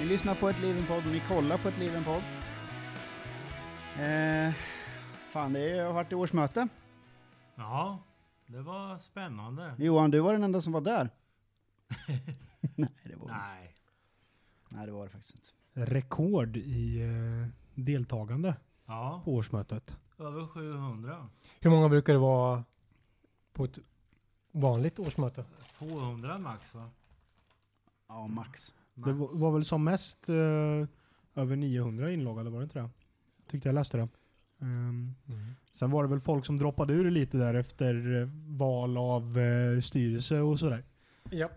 Ni lyssnar på ett Livenpodd och ni kollar på ett Livenpodd. Eh, fan, det har varit årsmöte. Ja, det var spännande. Johan, du var den enda som var där. Nej, det var du inte. Nej. Nej, det var det faktiskt inte. rekord i eh, deltagande Ja, på årsmötet. över 700. Hur många brukar det vara på ett vanligt årsmöte? 200 max va? Ja, max. Max. Det var, var väl som mest eh, över 900 inloggade, var det inte det? Jag tyckte jag läste det. Ehm, Mm. sen var det väl folk som droppade ur lite där efter eh, val av eh, styrelse och sådär. Ja.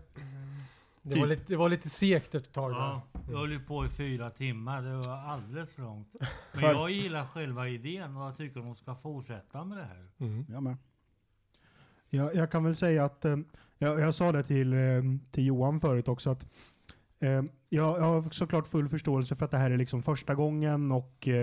Det, Typ. var lite, det var lite segt efter ett tag. Ja, jag höll ju på i fyra timmar, det var alldeles för långt. Men jag gillar själva idén och jag tycker de ska fortsätta med det här. Mm. Jag med. Jag, jag kan väl säga att, eh, jag, jag sa det till, eh, till Johan förut också, att eh, jag, jag har såklart full förståelse för att det här är liksom första gången och eh,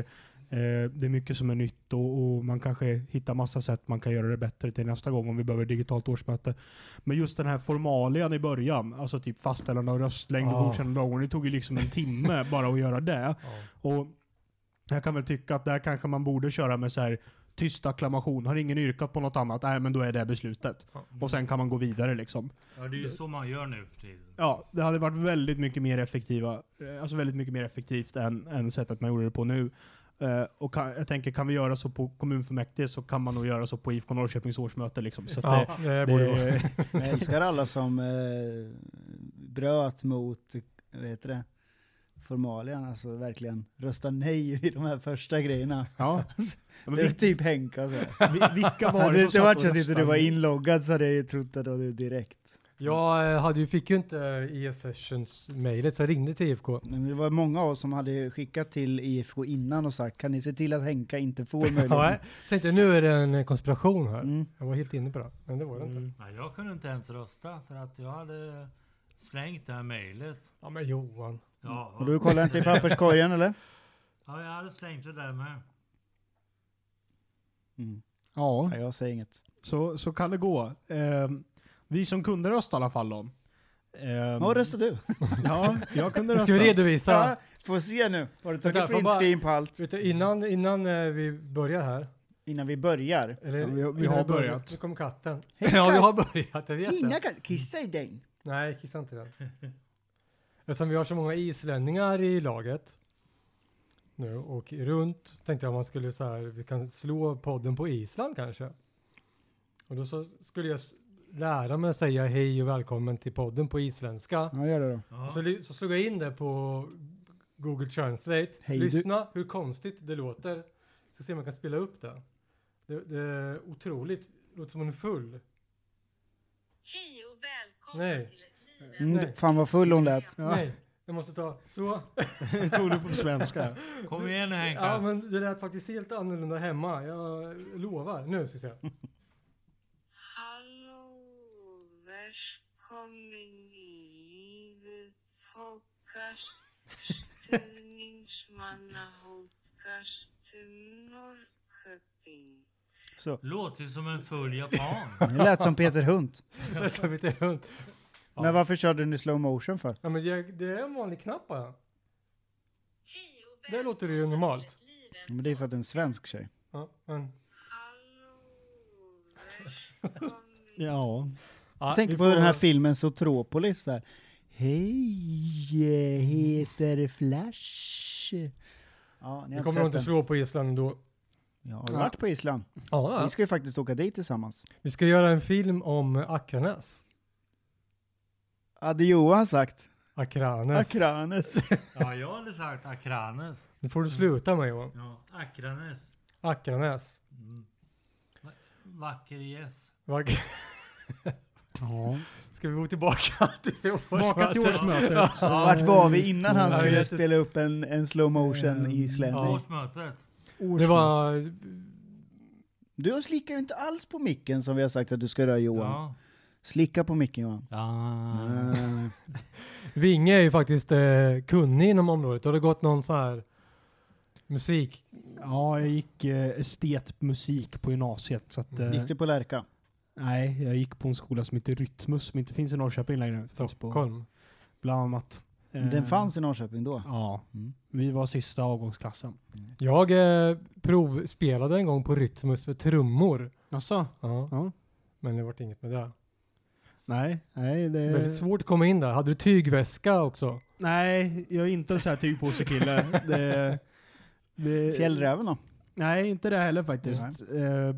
eh, det är mycket som är nytt och, och man kanske hittar massa sätt man kan göra det bättre till nästa gång om vi behöver digitalt årsmöte. Men just den här formalian i början, alltså typ fastställande av röstlängd och Ja. godkännande av dagordning, det tog ju liksom en timme bara att göra det. Ja. Och jag kan väl tycka att där kanske man borde köra med så här tyst acklamation. Har ingen yrkat på något annat, nej men då är det beslutet. Ja. Och sen kan man gå vidare liksom. Ja, det är ju så man gör nu för tiden. Ja, det hade varit väldigt mycket mer effektiva, eh, alltså väldigt mycket mer effektivt än, än sättet man gjorde det på nu. Eh, och kan, jag tänker, kan vi göra så på kommunfullmäktige så kan man nog göra så på IFK Norrköpings årsmöte liksom. Så att Ja, det, det, borde vara. det, eh, Jag älskar alla som eh, bröt mot, vad heter det, formalian. Alltså verkligen rösta nej i de här första grejerna. ja. Men Det är vil, typ Henka och så här. vil, vilka var Hade det det inte som satt varit så och att inte du röstade? var inloggad så hade jag ju trott att det var du direkt. Jag eh, hade ju, fick ju inte e-sessions-mejlet så jag ringde till IFK. Nej, Men det var många av oss som hade skickat till IFK innan och sagt kan ni se till att Henka inte får Ja, jag möjligheten? tänkte nu är det en konspiration här. Mm. Jag var helt inne på det, men det var det inte. Nej, jag kunde inte ens rösta för att jag hade slängt det här mejlet. Ja men Johan. Ja, Och du kollar inte i papperskorgen eller? ja, jag hade slängt det där med. Mm. Ja, Ja, jag säger inget. så, så kan det gå. Eh, vi som kunde rösta i alla fall då. Eh, Ja, röstar du. Ja, jag kunde Ska rösta. vi redovisa? Ja, får se nu. Har du Vänta, tagit får bara- printscreen på allt Vet du, innan, innan eh, vi börjar här. innan vi börjar? Eller, Ja, vi har- vi innan har börjar- börjat. Nu kommer katten. Hej, ja, vi katt. har börjat, jag vet det. Inga kan kissa i den. Nej, kissa inte den. Eftersom vi har så många islänningar i laget nu och runt tänkte jag man skulle så här, vi kan slå podden på Island kanske. Och då så skulle jag s- lära mig att säga hej och välkommen till podden på isländska. Ja, gör det då. Ja. Så, ly- så slog jag in det på Google Translate. Hej, du- Lyssna hur konstigt det låter. Ska se om jag kan spela upp det. Det, det är otroligt. Det låter som hon är full. Hej och välkomna Nej. till ett liv. Mm, fan vad full hon lät. Ja. Nej, jag måste ta så. Det tog du på svenska. Kom igen nu Henka. Ja, men det lät faktiskt helt annorlunda hemma. Jag lovar. Nu ska vi se. Hallå, välkommen i livet podcast. Styrningsmannahopkasten Norrköping. Så. Låter ju som en full japan. Det lät som Peter Hunt. Jag sa lite runt. Men varför körde ni slow motion för? Ja, men det, det är en vanlig knapp bara. Hej och Där låter det ju välkomna normalt. till ett liv. Ja, Men det är för att det är en svensk tjej. Ja, men. Hallå, välkommen Ja. Ja, Jag tänker vi på får- den här filmen Zootropolis där. Hej, jag heter Flash. Ja, ni Vi har inte kommer nog sett inte den. slå på Island då. Jag har varit på Island. Ja, Vi ska ju faktiskt åka dit tillsammans. vi ska göra en film om Akranes. Hade Johan sagt. Akranes. Akranes. Ja, jag hade sagt Akranes. Nu får du sluta med Johan. Ja, Akranes. Akranes. Mm. Va- Vacker gäss. Vad- Ja. Ska vi gå tillbaka till Baka till årsmötet. Så vart var vi innan han Jag skulle vet inte. spela upp en, en slow motion Eh, islänning? ja. Årsmötet. Det var... Du slickar ju inte alls på micken som vi har sagt att du ska göra Johan. Ja. Slicka på micken Johan. ja. Nej. Vinge är ju faktiskt eh, kunnig inom området. Har det gått någon sån här musik? Ja, jag gick eh, estetmusik på gymnasiet. Så att, Mm. eh, Gick det på Lärka? Nej, jag gick på en skola som heter Rytmus, som inte finns i Norrköping längre. Finns på Stockholm? bland annat. Ehm. Eh, Den fanns i Norrköping då? Ja. Mm. Vi var sista avgångsklassen. Jag eh, provspelade en gång på Rytmus för trummor. Alltså, Ja. Ja. Men det vart inget med det. Nej, nej, Väldigt det, svårt att komma in där. Hade du tygväska också? nej, jag är inte en sån här tygpåsekille. det, det, Fjällräven då? Nej, inte det heller faktiskt. Eh,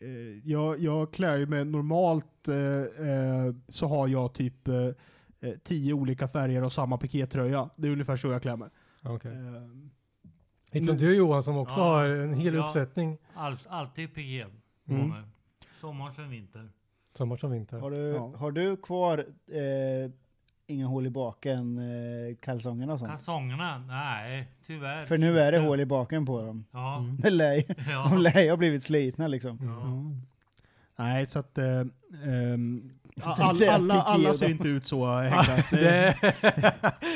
eh, jag, jag klär ju mig normalt eh, eh, så har jag typ eh, eh, tio olika färger och samma pikétröja. Det är ungefär så jag klär mig. Okay. Eh, Inte som du Johan som också Ja. har en hel Ja. uppsättning. All, alltid PG. Mm. Sommar som vinter. Sommar som vinter. Har du, Ja. har du kvar eh, inga hål i baken, eh, kalsongerna och sånt? Kalsongerna? Nej, tyvärr. För Mm. nu är det inte. hål i baken på dem. Ja. De lär ju- de ja. lär ju ha blivit slitna liksom. Mm. ja. Nej, så att... Eh, ehm, Jag tänkte all, att alla, piké alla och ser de- inte ut så Henka. Det,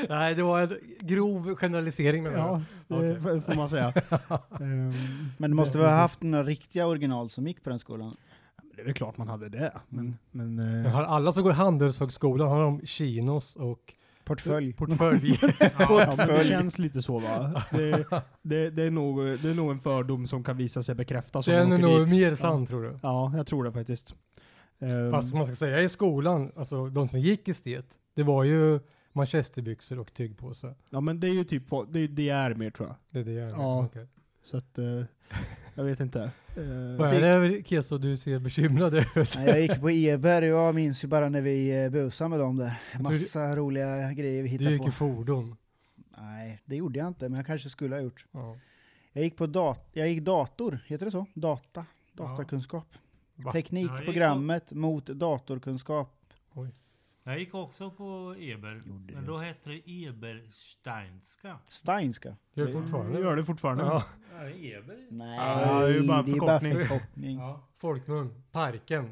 nej, det var en grov generalisering menar jag. Ja, det Okej. Eh, får- får man säga. Ehm, Men du måste väl ha haft några riktiga original som gick på den skolan? det är väl klart man hade det. Men, men, Men eh, Har alla som går Handelshögskolan, har de chinos och Portfölj. portfölj? Ja, men det känns lite så va? Det, det, det, är nog, det är nog en fördom som kan visa sig bekräftas. om man Den är Alltså, åker nog dit. mer sann tror du? Ja, jag tror det faktiskt. Ehm, Fast man ska säga i skolan, alltså de som gick estet, det var ju manchesterbyxor och tygpåse. Ja men det är ju typ, vad- det, är- det är mer tror jag. Det är det jag Ja. okej. Så att, eh, jag vet inte. Ehm, Vad är det Keso du ser bekymrad ut? Nej, jag gick på Eberg och jag minns ju bara när vi eh, busade med dem där. Massa roliga grejer vi Du hittade gick på. i fordon. Nej, det gjorde jag inte, men jag kanske skulle ha gjort. Ja. Jag gick på dat jag gick dator, heter det så? Data, Ja. datakunskap. Va? Jag gick Teknikprogrammet mot datorkunskap. Jag gick också på Eber. Gjorde Men det. då hette det Ebersteinska. Steinska? Gör det fortfarande? Gör det fortfarande. Ja. Ja, Eber? Nej, Ja, det är ju bara en förkortning. förkortning. Ja, Folkmun. Parken.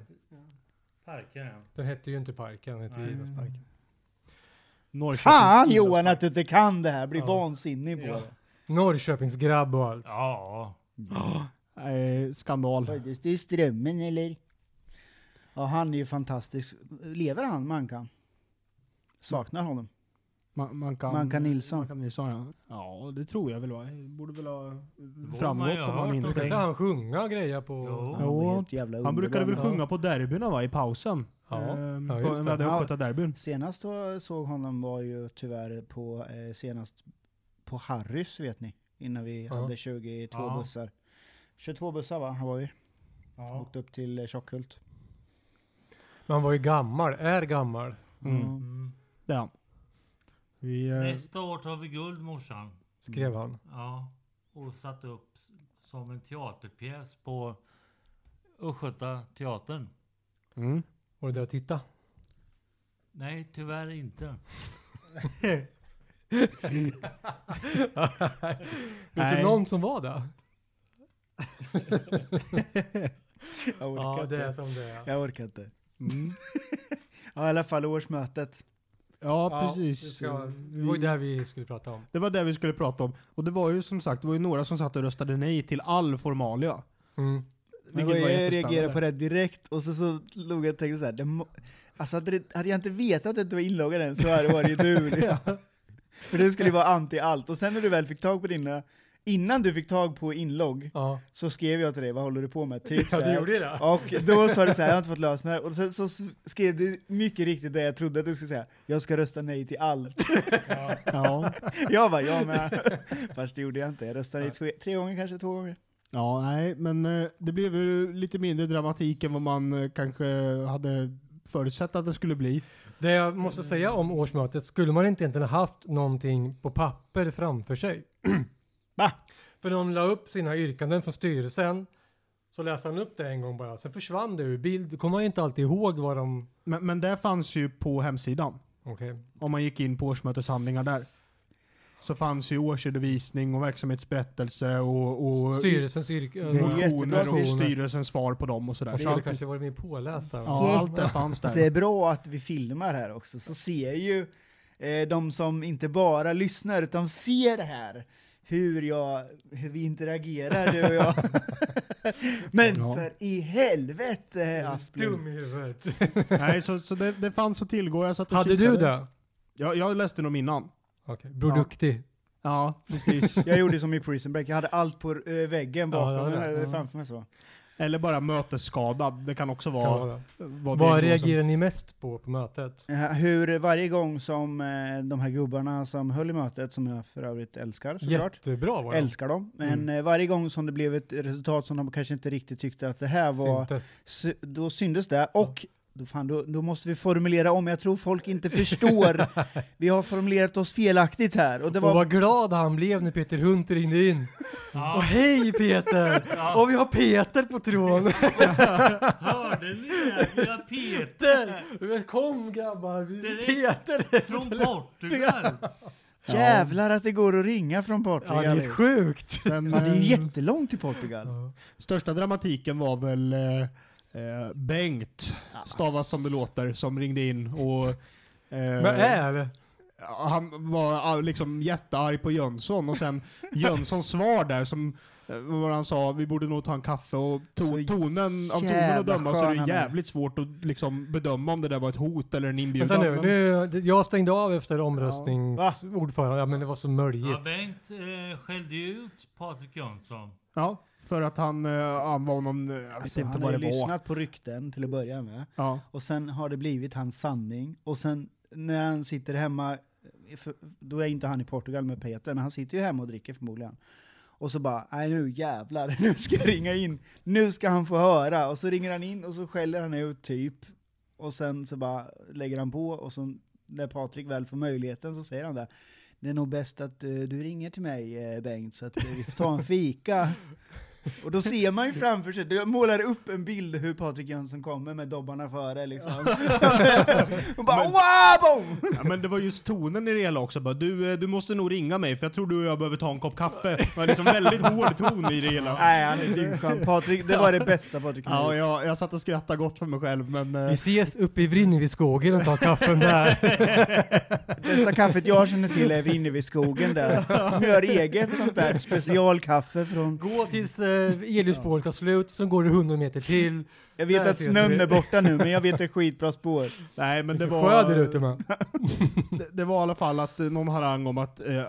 parken ja. Den hette ju inte Parken, den hette ju Nej. Idrottsparken. Norrköpings- Fan Johan att du inte kan det här, blir Ja. vansinnig på Ja. det. Norrköpingsgrabb och allt. Ja. Nej, skandal. Vad är det, Det är strömmen eller? Ja, han är ju fantastisk. Lever han, Mankan? Saknar honom. Man, man kan, Mankan Nilsson. Man kan Nilsson ja. ja, det tror jag väl va? Borde väl ha man framgått ju om hört man Då hinner. kan inte han sjunga och greja på... Jo. Han var Jo. helt jävla Han brukade väl underbar. Ja. sjunga på derbyna va? I pausen. Ja. Ehm, Ja, på, just vi det. hade Östgötaderbyn. Senast jag såg honom var ju tyvärr på, eh, senast på Harrys vet ni, innan vi Ja. hade 22 Ja. bussar. 22 bussar va, här var vi. ja. Åkte upp till eh, Tjockhult. Men han var ju gammal, är gammal. Mm. Ja. Mm. Det är han. Vi, eh, Nästa år tar vi guld morsan. Skrev han. Ja. Och satte upp s- som en teaterpjäs på Östgöta teatern. mm. Var du där och titta? Nej, tyvärr inte. Vet du typ någon som var där? Jag orkar Ja, inte. det är som det är. Jag orkar inte. Mm. Ja i alla fall årsmötet. Ja, Ja, vi precis. Mm. ska- Vi- Det var ju det vi skulle prata om. Det var det vi skulle prata om. Och det var ju som sagt, det var ju några som satt och röstade nej till all formalia. Mm. Men Vilket var jag reagerade jättespännande. på det direkt och så, så låg jag och tänkte såhär, det må- alltså hade, det, hade jag inte vetat att du var inloggad än så hade det varit du. liksom. För du skulle ju vara anti allt. Och sen när du väl fick tag på dina, innan du fick tag på inlogg, Ja. så skrev jag till dig, vad håller du på med? Typ så ja, här. du gjorde ju det. Och då sa du så här, jag har inte fått lösen här. Och sen så s- skrev du mycket riktigt det jag trodde att du skulle säga, jag ska rösta nej till allt. Ja. Jag bara, ja men. Fast det gjorde jag inte, jag röstade nej. tre gånger kanske, två gånger. Ja, nej, men eh, det blev ju lite mindre dramatik än vad man eh, kanske hade förutsett att det skulle bli. Det jag måste säga om årsmötet, skulle man inte egentligen ha haft någonting på papper framför sig? Va? För de la upp sina yrkanden från styrelsen, så läste han upp det en gång bara, sen försvann det ur bild. Då kommer man ju inte alltid ihåg vad de... Men, men det fanns ju på hemsidan. Okej. Om man gick in på årsmöteshandlingar där. Så fanns ju årsredovisning och verksamhetsberättelse och, och Styrelsens yrkanden. Det är Och- jättebra att motioner vi- och styrelsens svar på dem och sådär. Och Så så hade allt, kanske varit mer pålästa. ja, allt det fanns Det är där. bra att vi filmar här också, så ser ju eh, de som inte bara lyssnar, utan ser det här. Hur, jag, hur vi interagerar, du och jag. Men Ja. för i helvete Dum Asplund! i huvudet. Nej, så, så det, det fanns att tillgå. Jag satt och Hade du kikade. det? Jag, jag läste dem innan. Okej, Bror Ja. Duktig. Ja, precis. Jag gjorde som i Prison Break, jag hade allt på eh, väggen Ja, bakom, det hade eh, jag. framför mig så. Eller bara mötesskadad. Det kan också kan vara... vara det. vara Vad diagnosen. reagerar ni mest på på mötet? Eh, Hur varje gång som eh, de här gubbarna som höll i mötet, som jag för övrigt älskar såklart, Jättebra Mm. var det. älskar dem, men eh, varje gång som det blev ett resultat som de kanske inte riktigt tyckte att det här var Syntes. Sy- då syndes det. Och då, fan, då, då måste vi formulera om. Jag tror folk inte förstår. vi har formulerat oss felaktigt här. Och det Och var... vad glad han blev när Peter Hunt ringde in. Ja. Och hej Peter! Ja. Och vi har Peter på tråden. Hörde ni det? Vi har Peter Peter! Kom grabbar, vi Direkt. Peter! från Portugal. Jävlar att det går att ringa från Ja, det Portugal. är Ja, helt sjukt. Sen, det är eh, jättelångt till Portugal. Största dramatiken var väl eh, eh, Bengt, stavas som det låter, som ringde in och... eh, Men är? han var ah, liksom jättearg på Jönsson och sen Jönssons svar där som eh, vad han sa, vi borde nog ta en kaffe och Så to- tonen, av tonen jävla att döma så är skön han det är. jävligt svårt att liksom bedöma om det där var ett hot eller en inbjudan. Vänta nu, men- nu, det- jag stängde av efter omröstningsordförande. Ja men det var så Ja, möjligt. Bengt eh, skällde ju ut Patrik Jönsson. Ja, för att han eh, använde någon, eh, jag vet Alltså, inte han har vad ju det var. lyssnat på rykten till att börja med. Ja. Och sen har det blivit hans sanning. Och sen när han sitter hemma, för, då är inte han i Portugal med Peter, men han sitter ju hemma och dricker förmodligen. Och så bara, nej nu jävlar, nu ska jag ringa in, nu ska han få höra. Och så ringer han in och så skäller han ut typ. Och sen så bara lägger han på och så när Patrik väl får möjligheten så säger han det. Det är nog bäst att eh, du ringer till mig eh, Bengt så att eh, vi får ta en fika. Och då ser man ju framför sig, du målar upp en bild hur Patrik Jönsson kommer med dobbarna före liksom. och bara wow! boom! ja, men det var just tonen i det hela också. Bara, du, eh, du måste nog ringa mig för jag tror du och jag behöver ta en kopp kaffe. Det var liksom väldigt hård ton i det hela. Nej han är dyngskön. Patrik, det var det bästa Patrik kunde Ja, göra. jag, jag satt och skrattade gott för mig själv men... Vi eh, ses uppe i Vrinneviskogen och tar kaffen där. Bästa kaffet jag känner till är inne vid skogen där. De gör eget sånt där specialkaffe från... Gå tills eh, elljusspåret tar slut, sen går det 100 meter till. Jag vet Där att ses snön vi. är borta nu men jag vet ett skitbra spår. Nej men det Det är så var... sjö där ute med. Det, det var i alla fall att eh, någon harang om att eh,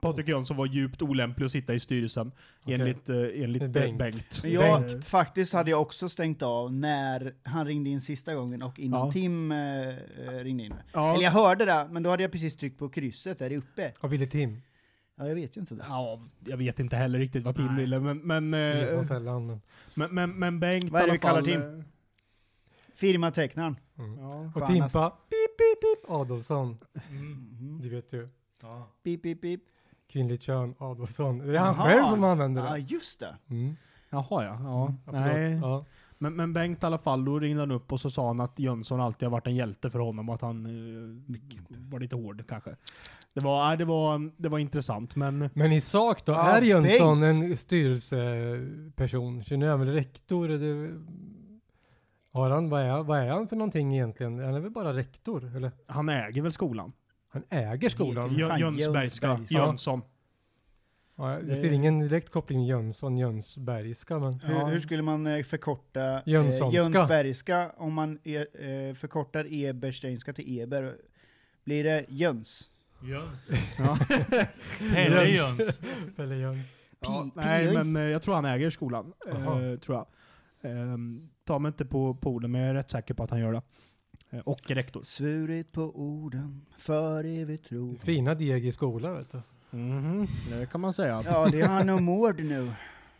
Patrik Jönsson var djupt olämplig att sitta i styrelsen Okej. enligt, eh, enligt eh, Bengt. Bengt. Men jag, Bengt. faktiskt hade jag också stängt av när han ringde in sista gången och innan Ja. Tim eh, eh, ringde in. Ja. Eller jag hörde det, men då hade jag precis tryckt på krysset där uppe. Av Ville Tim. Ja, jag vet ju inte det. Ja, jag vet inte heller riktigt vad Tim Nej. ville, men, men, Det var eh, sällan, men- men, men, men Bengt Vad är det i alla vi kallar fall, Tim? eh, Firmatecknaren. Ja. Och Skönast. Timpa, pip, pip, pip, Adolfsson. Mm. Du vet ju, Ja. Pip, pip, pip. kvinnligt kön, Adolfsson. Det är han Jaha. själv som använder Ja, det. just det. Mm. Jaha ja. ja. Ja, förlåt. Nej. Ja. Men, men Bengt i alla fall, då ringde han upp och så sa han att Jönsson alltid har varit en hjälte för honom och att han eh, var lite hård kanske. Det var, nej, det var, det var intressant men Men i sak då, Ja, är Jönsson Bengt. en styrelseperson? Känner jag väl rektor? Är det... Har han, vad, är, vad är han för någonting egentligen? Han är väl bara rektor? Eller? han äger väl skolan? Han äger skolan. Vet Jö- Fan, Jönsbergska. Jönsbergska. Jönsson. Ja, jag Det- ser ingen direkt koppling Jönsson, Jönsbergska. Men... Hur, Ja. hur skulle man eh, förkorta eh, Jönssonska. Jönsbergska om man er, eh, förkortar Ebersteinska till Eber? Blir det Jöns? Jöns. Ja. Pelle Jöns. Pelle Jöns. Ja, Pi- nej, Pius. men eh, jag tror han äger skolan. Jaha. Eh, tror jag. Ehm, ta mig inte på, på orden, men jag är rätt säker på att han gör det. Eh, och rektor. Svurit på orden, för evigt tro. Fina deg i skolan vet du. Mhm, Det kan man säga. Ja, det är han och Mård nu.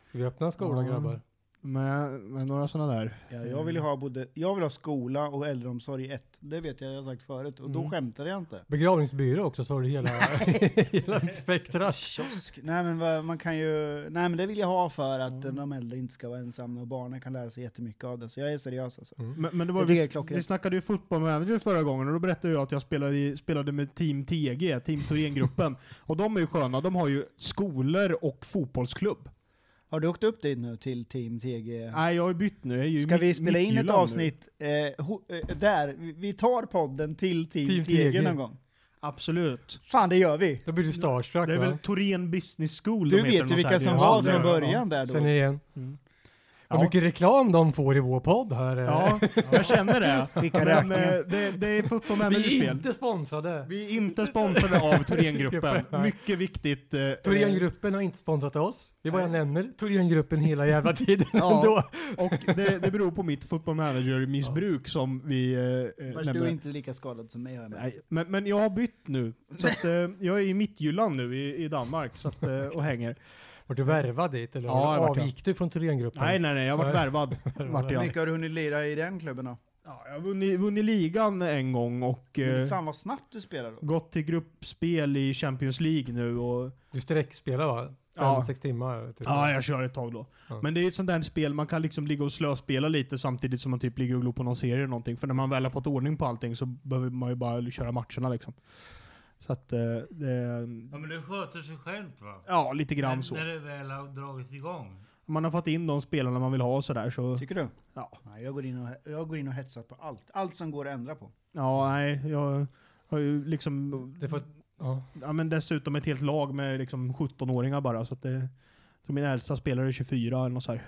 Ska vi öppna en skola Ja. grabbar? Med, med några sådana där. Ja, jag, vill ju ha både, jag vill ha skola och äldreomsorg i ett. Det vet jag jag har sagt förut, och då Mm. skämtade jag inte. Begravningsbyrå också så har du hela, hela spektrat. Kiosk? Nej men vad- man kan ju, nej men det vill jag ha för att eh, de äldre inte ska vara ensamma och barnen kan lära sig jättemycket av det. Så jag är seriös alltså. Men, men det var, Jag tycker det är vi, klockrent. vi snackade ju fotboll manager förra gången och då berättade jag att jag spelade, i, spelade med Team TG, Team Thorengruppen. och de är ju sköna, de har ju skolor och fotbollsklubb. Har du åkt upp dit nu till Team TG? Nej, jag har ju bytt nu. Jag är ju Ska mitt- vi spela in ett mittjylland nu. avsnitt eh, ho, eh, där? Vi- Vi tar podden till Team, Team TG, TG. någon gång. Absolut. Fan det gör vi! Då blir du starstruck Det är väl va? Thoren Business School Du de heter vet ju något så vilka här. som Det är var sån där. från början där Känner då. igen. Mm. Vad Ja. mycket reklam de får i vår podd här. eh. Ja, jag känner det. Skicka Men räkningen. eh, det, det är fotboll managers Vi är fel. inte sponsrade. Vi är inte sponsrade av Thorengruppen. Mycket viktigt. eh, Thorengruppen har inte sponsrat oss. Vi bara nämner Thorengruppen hela jävla tiden Ja. ändå. eh, Och det, det beror på mitt football manager-missbruk som vi eh, eh, Fast du är nämnde. inte lika skadad som mig har jag märkt. Nej, men, men jag har bytt nu. Så att, eh, jag är i Mittjylland nu i, i Danmark så att, eh, och hänger. Var du värvad dit eller Ja, jag vart det. avgick du från Thorengruppen? Nej, nej, nej. Jag Nej. varit värvad. Vart Hur jag. mycket har du hunnit lira i den klubben då? Ja, jag har vunnit, vunnit ligan en gång och Men eh, Fan vad snabbt du spelar då. gått till gruppspel i Champions League nu. Och, Du sträckspelar va? Fem, Ja. sex timmar? Typ. Ja, jag kör ett tag då. Ja. Men det är ett sånt där spel man kan liksom ligga och slöspela lite samtidigt som man typ ligger och glor på någon serie eller någonting. För när man väl har fått ordning på allting så behöver man ju bara köra matcherna liksom. Så att eh, det är, Ja men det sköter sig självt va? Ja, lite grann När, så. när det väl har dragit igång. Man har fått in de spelarna man vill ha och sådär så... Tycker du? Ja. Nej, jag, går in och, jag går in och hetsar på allt. Allt som går att ändra på. Ja, nej. Jag har ju liksom... Det får, ja. Ja, men dessutom ett helt lag med liksom 17-åringar bara så att det... Jag tror min äldsta spelare är 24 eller något så här.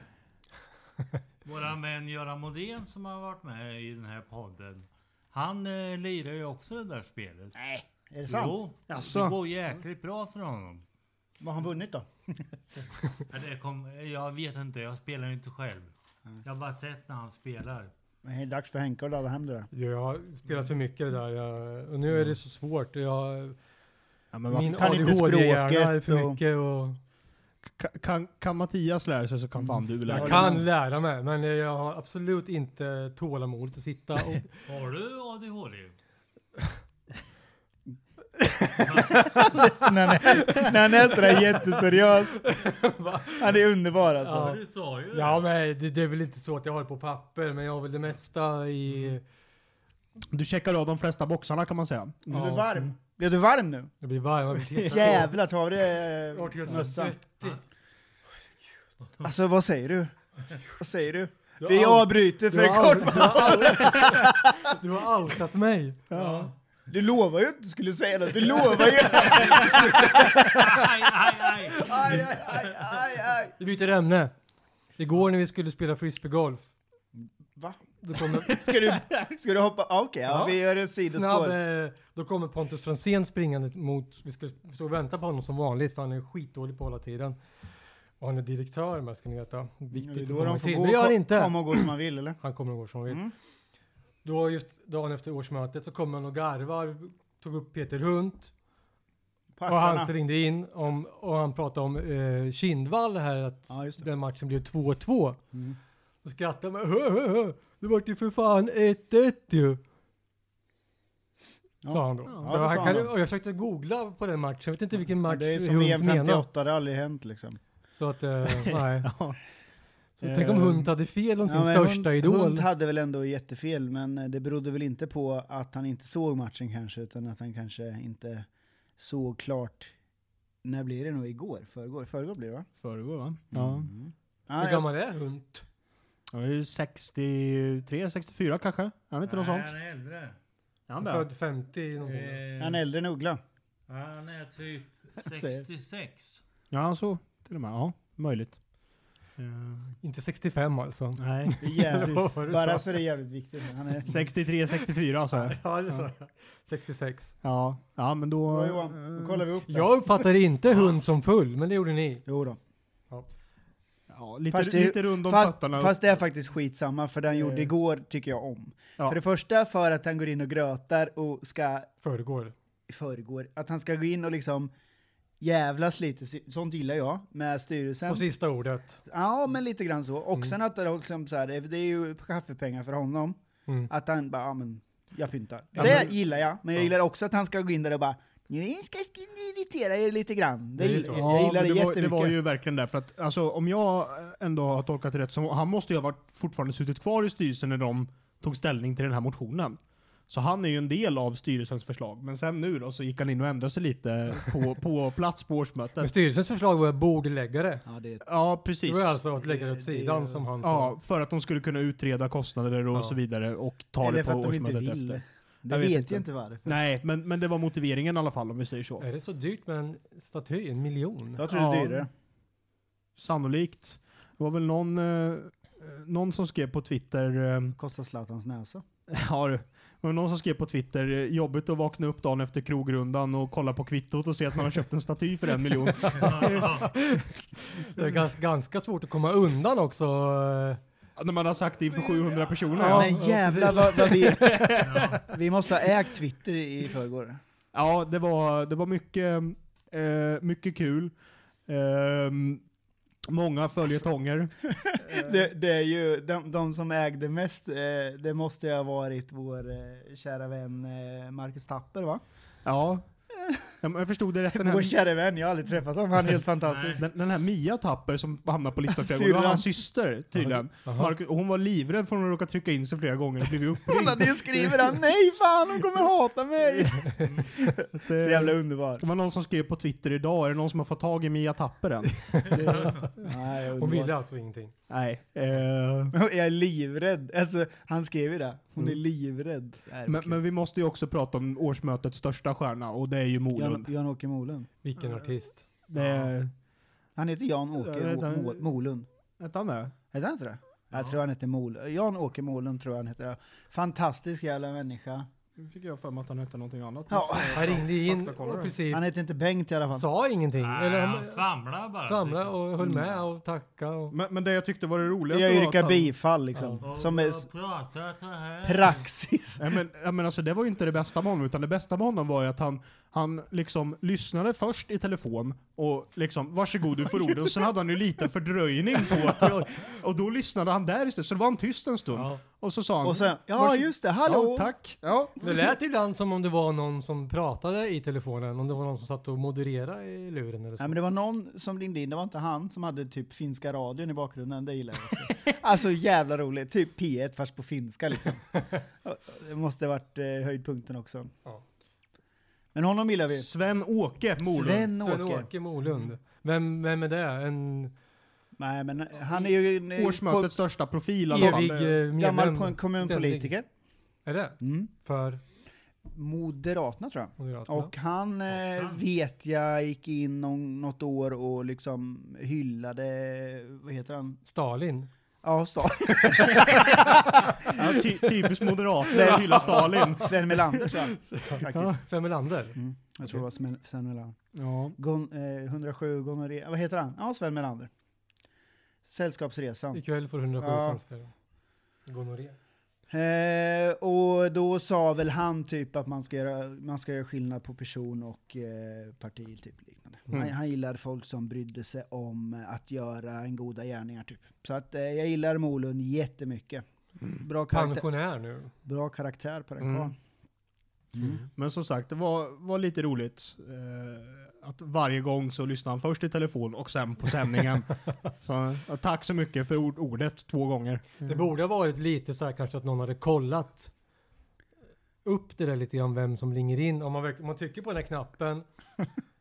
Våra vän Göran Modén som har varit med i den här podden. Han eh, lirar ju också det där spelet. Nej. Är det sant? Jo, Jaså? det går jäkligt bra för honom. Vad har han vunnit då? Ja, Det kom, jag vet inte, jag spelar ju inte själv. Jag har bara sett när han spelar. Men det är dags för Henke att ladda hem det där. Jo, Jag har spelat för mycket där. Jag, och nu är det så svårt. Jag, Ja, men vad min kan inte ADHD-hjärna är språket för och- mycket. Och, f- kan, kan Mattias lära sig så kan fan du lära Mm. jag dig. kan lära mig, men jag har absolut inte tålamodet att sitta och... Har du ADHD? när, han är, när han är sådär jätteseriös. Han är underbar alltså. Ja. Du sa ju det. Ja, men det, det är väl inte så att jag har det på papper, men jag har väl det mesta i... Mm. Du checkar av de flesta boxarna kan man säga. Blev Ja. Mm. du varm? Blev du varm nu? Jag blir varm. Jag blir helt- Jävlar ta av Jag har varit dig eh, helt mössan. svettig. Alltså vad säger du? Vad säger du? Du har Vi all- avbryter för du en har all- kort... du har all- Du har outat mig. Ja. Du lovade ju att du skulle säga det. Du lovade ju! Aj, aj, aj. Aj, aj, aj. Aj, aj. Vi byter ämne. Igår när vi skulle spela frisbeegolf. Va? Då kommer, Ska du, ska du hoppa? Ah, Okej, ja, Ja. vi gör en snabb, sidospår. eh, då kommer Pontus Franzén springande mot... Vi ska stå och vänta på honom som vanligt för han är skitdålig på hela tiden. Och han är direktör med ska ni veta. Det är Viktigt att då komma de får till. gå Men det gör han och inte. komma och gå som man vill eller? Han kommer och går som han vill. Mm. Då just dagen efter årsmötet så kommer han och garvar. Tog upp Peter Hunt. På Och han axlarna. ringde in om, och han pratade om eh, Kindvall här, att Ja, just det. den matchen blev 2-2. Mm. Då skrattade man. Hö, hö, hö. Det vart ju för fan 1-1 ju. Ja. Sa han då. Ja, så det sa han han kan, då. och jag försökte googla på den matchen. Jag vet inte vilken Ja, match Det är som Hunt VM menar. 58, det har aldrig hänt liksom. Så att, eh, nej. Ja. Så tänk om Eh, Hunt hade fel om sin Ja, men största Hunt, idol. Hunt hade väl ändå jättefel, men eh, det berodde väl inte på att han inte såg matchen kanske, utan att han kanske inte såg klart. När blir det nog? Igår? Förrgår? Förrgår blir det va? Förrgår va? Ja. Mm. Hur Ja, jag, gammal är Hunt? Han är ju 63, 64 kanske? Han är inte något Nej, sånt? han är äldre. Är han där? Född 50 någonting. Eh, han är äldre än Uggla. han är typ 66. Ja, han så till och med. Ja, möjligt. Eh, Inte 65 alltså. nej. Det är jävligt- Vad var det du Bara sa? så det är jävligt viktigt. Han är, 63, 64 sa jag. Ja, det sa jag. 66. Ja, ja men då... Bra eh, Johan, då kollar vi upp det. Jag uppfattade inte Hunt som full, men det gjorde ni. Jo då. Ja, lite, Fast det- lite rund om Fast, fötterna. fast det är faktiskt skitsamma, för den gjorde Eh. igår tycker jag om. Ja. För det första för att han går in och grötar och ska Förrgår. i förrgår, att han ska gå in och liksom jävlas lite, sy- sånt gillar jag, med styrelsen. Få sista ordet. Ja, men lite grann så. Och sen att det är liksom så här, det är ju kaffepengar för honom. Mm. Att han bara, ja men, jag pyntar. Ja, det men- gillar jag, men jag Ja. gillar också att han ska gå in där och bara, ni ska ska ni irritera er lite grann. Det Det är ju gillar, så. jag men gillar det, det, var, det jättemycket. var ju verkligen därför att alltså, om jag ändå har tolkat det rätt så han måste ju ha varit fortfarande suttit kvar i styrelsen när de tog ställning till den här motionen. Så han är ju en del av styrelsens förslag. Men sen nu då så gick han in och ändrade sig lite på, på plats på Men årsmötet. styrelsens förslag var att bordlägga det. Ja, det, Ja, Det precis. var alltså att lägga det åt Det- det- sidan som han sa. Ja, för att de skulle kunna utreda kostnader och Ja. så vidare och ta eller det på för att de inte årsmötet vill. efter. Det Jag vet vet, inte. jag inte varför. Nej, men, men det var motiveringen i alla fall om vi säger så. Är det så dyrt med en staty? En miljon? Jag tror det Ja. är dyrare. Sannolikt. Det var väl någon, eh, någon som skrev på Twitter eh, Kostar Zlatans näsa. Ja du. Det var någon som skrev på Twitter, eh, jobbigt att vakna upp dagen efter krogrundan och kolla på kvittot och se att man har köpt en staty för en miljon. Det är ganska, ganska svårt att komma undan också. eh, När man har sagt det inför 700 personer. Ja, Ja, men jävlar precis. vad, vad vi... Vi måste ha ägt Twitter i förrgår. ja det, var, det var mycket, eh, mycket kul. Ehm, många följetonger. Alltså. Det, det är ju de, de som ägde mest, eh, det måste ju ha varit vår eh, kära vän eh, Marcus Tapper va? Ja. Ja, men Jag förstod det rätt. Den Vår här, Alltså, kära vän, jag har aldrig träffat honom, han är helt fantastisk. den, den här Mia Tapper som hamnade på listan flera gånger, det var Syrran. hans syster tydligen. Marcus, och hon var livrädd för att hon råkade trycka in sig flera gånger och blev Hon uppringd. hade ju skrivit han, nej fan hon kommer hata mig! Så Så jävla underbar. Det var någon som skrev på Twitter idag, är det någon som har fått tag i Mia Tapper än? Nej, Hon underbar. ville alltså ingenting. Nej. Eh, Jag är livrädd, alltså han skrev ju det. Hon är livrädd. Nej, det var Mm. men, kul. men vi måste ju också prata om årsmötets största stjärna och det är ju Jan- Molund. Jan-Åke Molund. Vilken artist. Det är... Han heter Jag vet Jan-Åke inte. Mo- Molund. Hette han det? Heter han inte det? Jag tror han heter Molund. Jan-Åke Molund tror jag han heter. Fantastisk jävla människa. Nu fick jag för mig att han hette någonting annat. Ja. Han ringde in Faktakollar och det. precis Han heter inte Bengt i alla fall. sa ingenting. Eller Nej, han han svamlar bara. svamlade och höll med och tackade. Och... Men, men det jag tyckte var det roligaste Jag var att yrkar han- bifall liksom. Och Som är s- pratar så här. praxis. Nej, men, ja, men alltså, det var ju inte det bästa med honom, utan det bästa med honom var ju att han, han liksom lyssnade först i telefon och liksom varsågod du får ordet. Och sen hade han ju lite fördröjning på att jag, Och då lyssnade han där istället, så det var han tyst en stund. Ja. Och så sa han... Och sen, ja varsågod- just det, hallå! Ja, tack! Ja, Det lät ibland som om det var någon som pratade i telefonen, om det var någon som satt och modererade i luren eller så. Nej men det var någon som ringde in, det var inte han, som hade typ finska radion i bakgrunden, det gillar jag också. Alltså jävla roligt, typ P1 fast på finska liksom. Det måste ha varit eh, höjdpunkten också. Ja. Men honom gillar vi. Sven-Åke Molund. Sven-Åke. Sven-Åke Molund. Vem, vem är det? En Nej men han är ju en eh, Årsmötets största profil i alla fall. evig eh, Det- medlem. ko- gammal på en kommunpolitiker. Är det? Mm. För Moderaterna tror jag. Moderaterna? Och han eh, vet jag gick in någon, något år och liksom hyllade, vad heter han? Stalin? Ja, Stalin. Ja, ty, typiskt moderater att hylla Stalin. Sven Melander tror jag. Faktiskt. Sven Melander? Mm, jag tror det var Sven, Sven Melander. Ja. Gon, eh, 107 gonorré, vad heter han? Ja, Sven Melander. Sällskapsresan. Ikväll får 107 Ja. svenskar. Gonorré. Eh, och då sa väl han typ att man ska göra, man ska göra skillnad på person och eh, parti, typ liknande. Mm. Han, han gillade folk som brydde sig om eh, att göra en goda gärningar, typ. Så att eh, jag gillar Molund jättemycket. Bra karaktär, Pensionär nu. bra karaktär på den Mm. karln. Men som sagt, det var, var lite roligt. Eh, att varje gång så lyssnade han först i telefon och sen på sändningen. så, ja, tack så mycket för ord, ordet två gånger. Det borde ha varit lite så här kanske att någon hade kollat upp det där lite grann vem som ringer in. Om man, verk- om man trycker på den här knappen.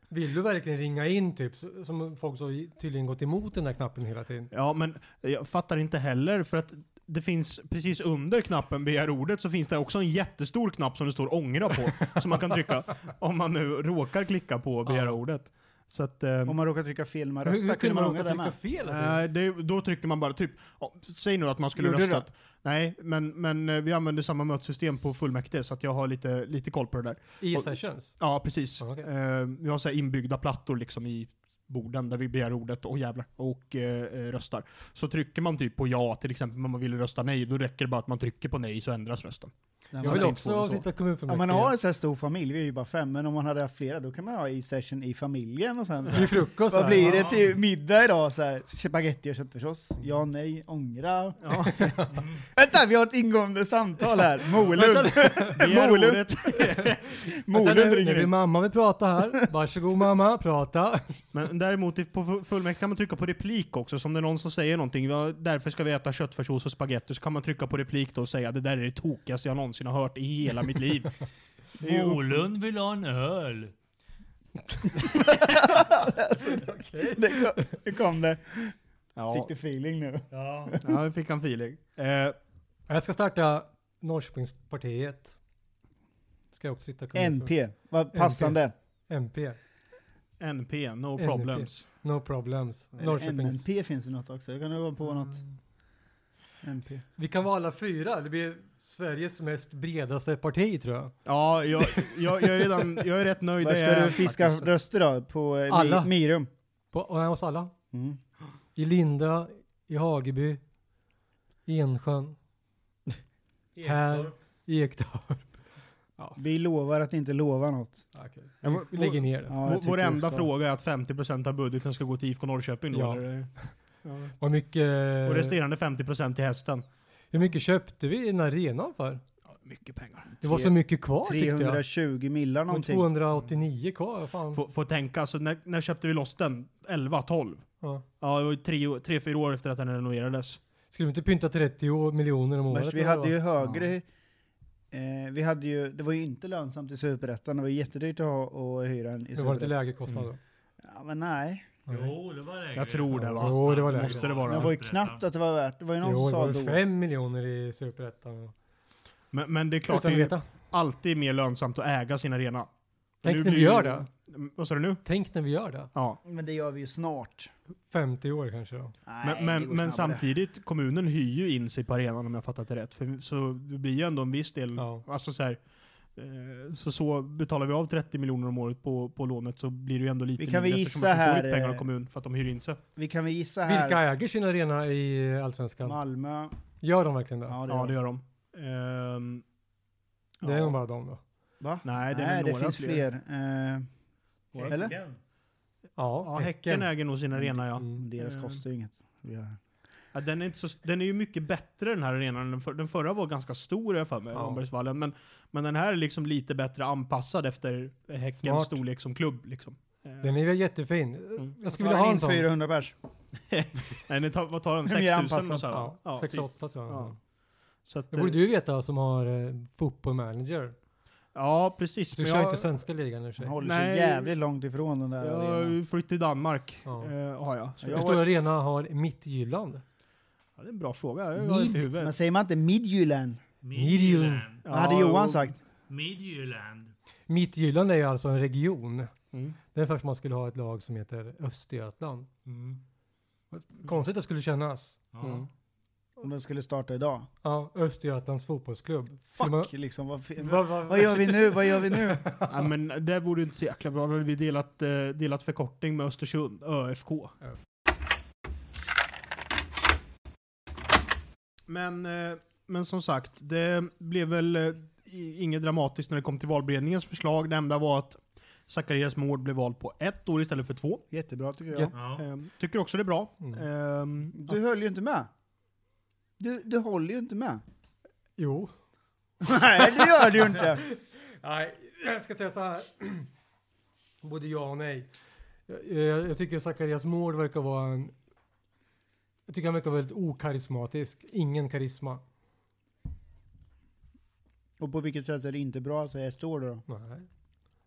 Vill du verkligen ringa in typ? Så- Som folk så tydligen gått emot den där knappen hela tiden. Ja, men jag fattar inte heller för att det finns precis under knappen begär ordet så finns det också en jättestor knapp som det står ångra på som man kan trycka om man nu råkar klicka på begära Ja. ordet. Så att, ehm, Om man råkar trycka fel med Hur, rösta, hur kunde man råka ångra det trycka med? fel? Äh, Nej, det, då trycker man bara typ, ja, säg nu att man skulle Gjorde du röstat. Nej, men, men eh, vi använder samma mötessystem på fullmäktige så att jag har lite, lite koll på det där. I och- sessions? Ja, precis. Ja, okej. Eh, vi har så här inbyggda plattor liksom i borden där vi begär ordet och jävlar och eh, eh, röstar. Så trycker man typ på ja till exempel, men man vill rösta nej, då räcker det bara att man trycker på nej så ändras rösten. När Jag man vill är två också och så. sitta i kommunfullmäktige. Om man har en sån här stor familj, vi är ju bara fem, men om man hade haft flera då kan man ha i session i familjen och sen så Vid här, frukost. Vad här. blir ja. det till middag idag? Så här, spagetti och köttfärssås? Ja, nej, ångra? Ja. Vänta, vi har ett ingående samtal här. Molund. Begär Molund. ordet. Vänta Molund nu, nu ringer vill in. mamma vill prata här. Varsågod mamma, prata. Men däremot i- på fu- fullmäktige kan man trycka på replik också. Så om det är någon som säger någonting, "Ja, därför ska vi äta köttfärssås och spagetti, så kan man trycka på replik då och säga det där är det tokigaste jag någonsin har hört i hela mitt liv. Molund vill ha en öl. Det kom, det kom det. Ja, Fick du feeling nu? Ja. ja det fick han feeling. Eh, Jag ska starta Norrköpingspartiet. Ska jag också sitta i kommunfullmäktige. NP. Vad passande. MP. NP, no NP. problems. No problems. Norrköpings. NP finns det något också. Jag kan nog vara på något. NP. Vi kan vara alla fyra. Det blir Sveriges mest bredaste parti tror jag. Ja, jag, jag, jag, är redan, jag är rätt nöjd. Var Det ska är du fiska faktiskt- röster då? På eh, Mi- Alla. Myrum? På, och hos alla. Mm. I Linda, i Hageby, i Ensjön, Här. i Ektorp. Vi lovar att inte lova något. Okej. Ja, vår- Vi lägger ner det. Ja, jag Vår, tycker vår vi enda ska. fråga är att 50% av budgeten ska gå till IFK Norrköping då, Ja. eller? Vad mycket, Och resterande 50% till hästen. hur mycket köpte vi den arenan för? Ja, mycket pengar. Det var så mycket kvar tyckte jag. 320 millar Och någonting. 289 kvar. vad Fan. Får, får tänka, alltså, när, när köpte vi loss den? 11, 12? Ja. Ja, det var ju tre, år- tre, fyra år efter att den renoverades. Skulle vi inte pynta 30 miljoner om året? Vars, vi eller vad hade det ju var? högre... Eh, vi hade ju, det var ju inte lönsamt i Superettan, det var jättedyrt att ha och hyra en i det var lite Superettan. lägre kostnad då. Ja men nej. Jo, det var lägre. Jag tror det va? Jo, det var lägre. Måste det Det vara. var ju knappt att det var värt, det var ju någon Jo, som det sa var då. ju 5 miljoner i Superettan. Men, men det är klart, Utan det att är ju veta. alltid mer lönsamt att äga sin arena. Tänk Nu när vi blir ju- gör det. Mm, Vad sa du nu? Tänk när vi gör det. Ja. Men det gör vi ju snart. 50 år kanske då. Nej, Men, det går men, snabbare. men samtidigt, kommunen hyr ju in sig på arenan om jag fattat det rätt. För, så det blir ju ändå en viss del. Ja. Alltså så här, eh, så, så betalar vi av 30 miljoner om året på, på lånet så blir det ju ändå lite Vi kan väl mindre eftersom gissa att vi får här, lite pengar av eh, kommun för att de hyr in sig. Vi kan väl gissa här. Vilka äger sin arena i Allsvenskan? Malmö. Gör de verkligen det? Ja det, Ja, gör det de. gör de. Ehm, Det är nog bara de då. Va? Nej, det är Nej väl det några finns fler. fler. Eh, Eller? Häcken. Ja, Ja, Häcken äger nog sin arena ja. Mm. men deras Eh. kostar ju inget. Ja. Ja, den, är inte så, den är ju mycket bättre den här arenan. Den, för, den förra var ganska stor har jag för mig, Ja. Rambergsvallen. Men, men den här är liksom lite bättre anpassad efter Häckens Smart. storlek som klubb. Liksom. Eh, Den är väl jättefin. Jag skulle Tar vilja ha han en in sån. 400 pers? nej, den tar, vad tar den? Den är 6000 anpassad. och så här, va? Ja, Ja, typ. 6-8 tror jag. Ja. Så att, Det borde eh, du veta som har eh, fotbollmanager. ja, precis. Du Men kör jag, inte svenska ligan i och för Han sig. håller Nej. sig jävligt långt ifrån den där arenan. jag flyttade till Danmark. Ja. Eh, har jag. Så, Hur ja, jag- stor arena har Mittjylland? det är en bra fråga. Jag har inte Men i huvudet. säger man inte Midjylland? Midjylland. Ja, Vad hade Johan sagt? Midjylland. Mittjylland är ju alltså en region. Mm. Det är först man skulle ha ett lag som heter Östergötland. Mm. Konstigt det skulle kännas. Ja. Mm. Om den skulle starta idag? Ja, Östergötlands fotbollsklubb. Fuck Men- liksom, vad, fe- Va, va, vad gör vi nu? Vad gör vi nu? Ja, men det vore inte så jäkla bra. Då hade vi delat, eh, delat förkortning med Östersund, ÖFK. Ja. Men, eh, men som sagt, det blev väl eh, i- inget dramatiskt när det kom till valberedningens förslag. Det enda var att Zacharias Mård blev vald på ett år istället för två. Jättebra tycker Jätte- jag. Ehm, Ja. Eh, Tycker också det är bra. Mm. Ehm, Du höll ju inte med. Du, du håller ju inte med. Jo. Nej, det gör du ju inte. Nej, jag ska säga så här. Både ja och nej. Jag, jag, jag tycker Zacharias Mård verkar vara en... Jag tycker han verkar väldigt okarismatisk. Ingen karisma. Och på vilket sätt är det inte bra att säga står det då? Nej. Jag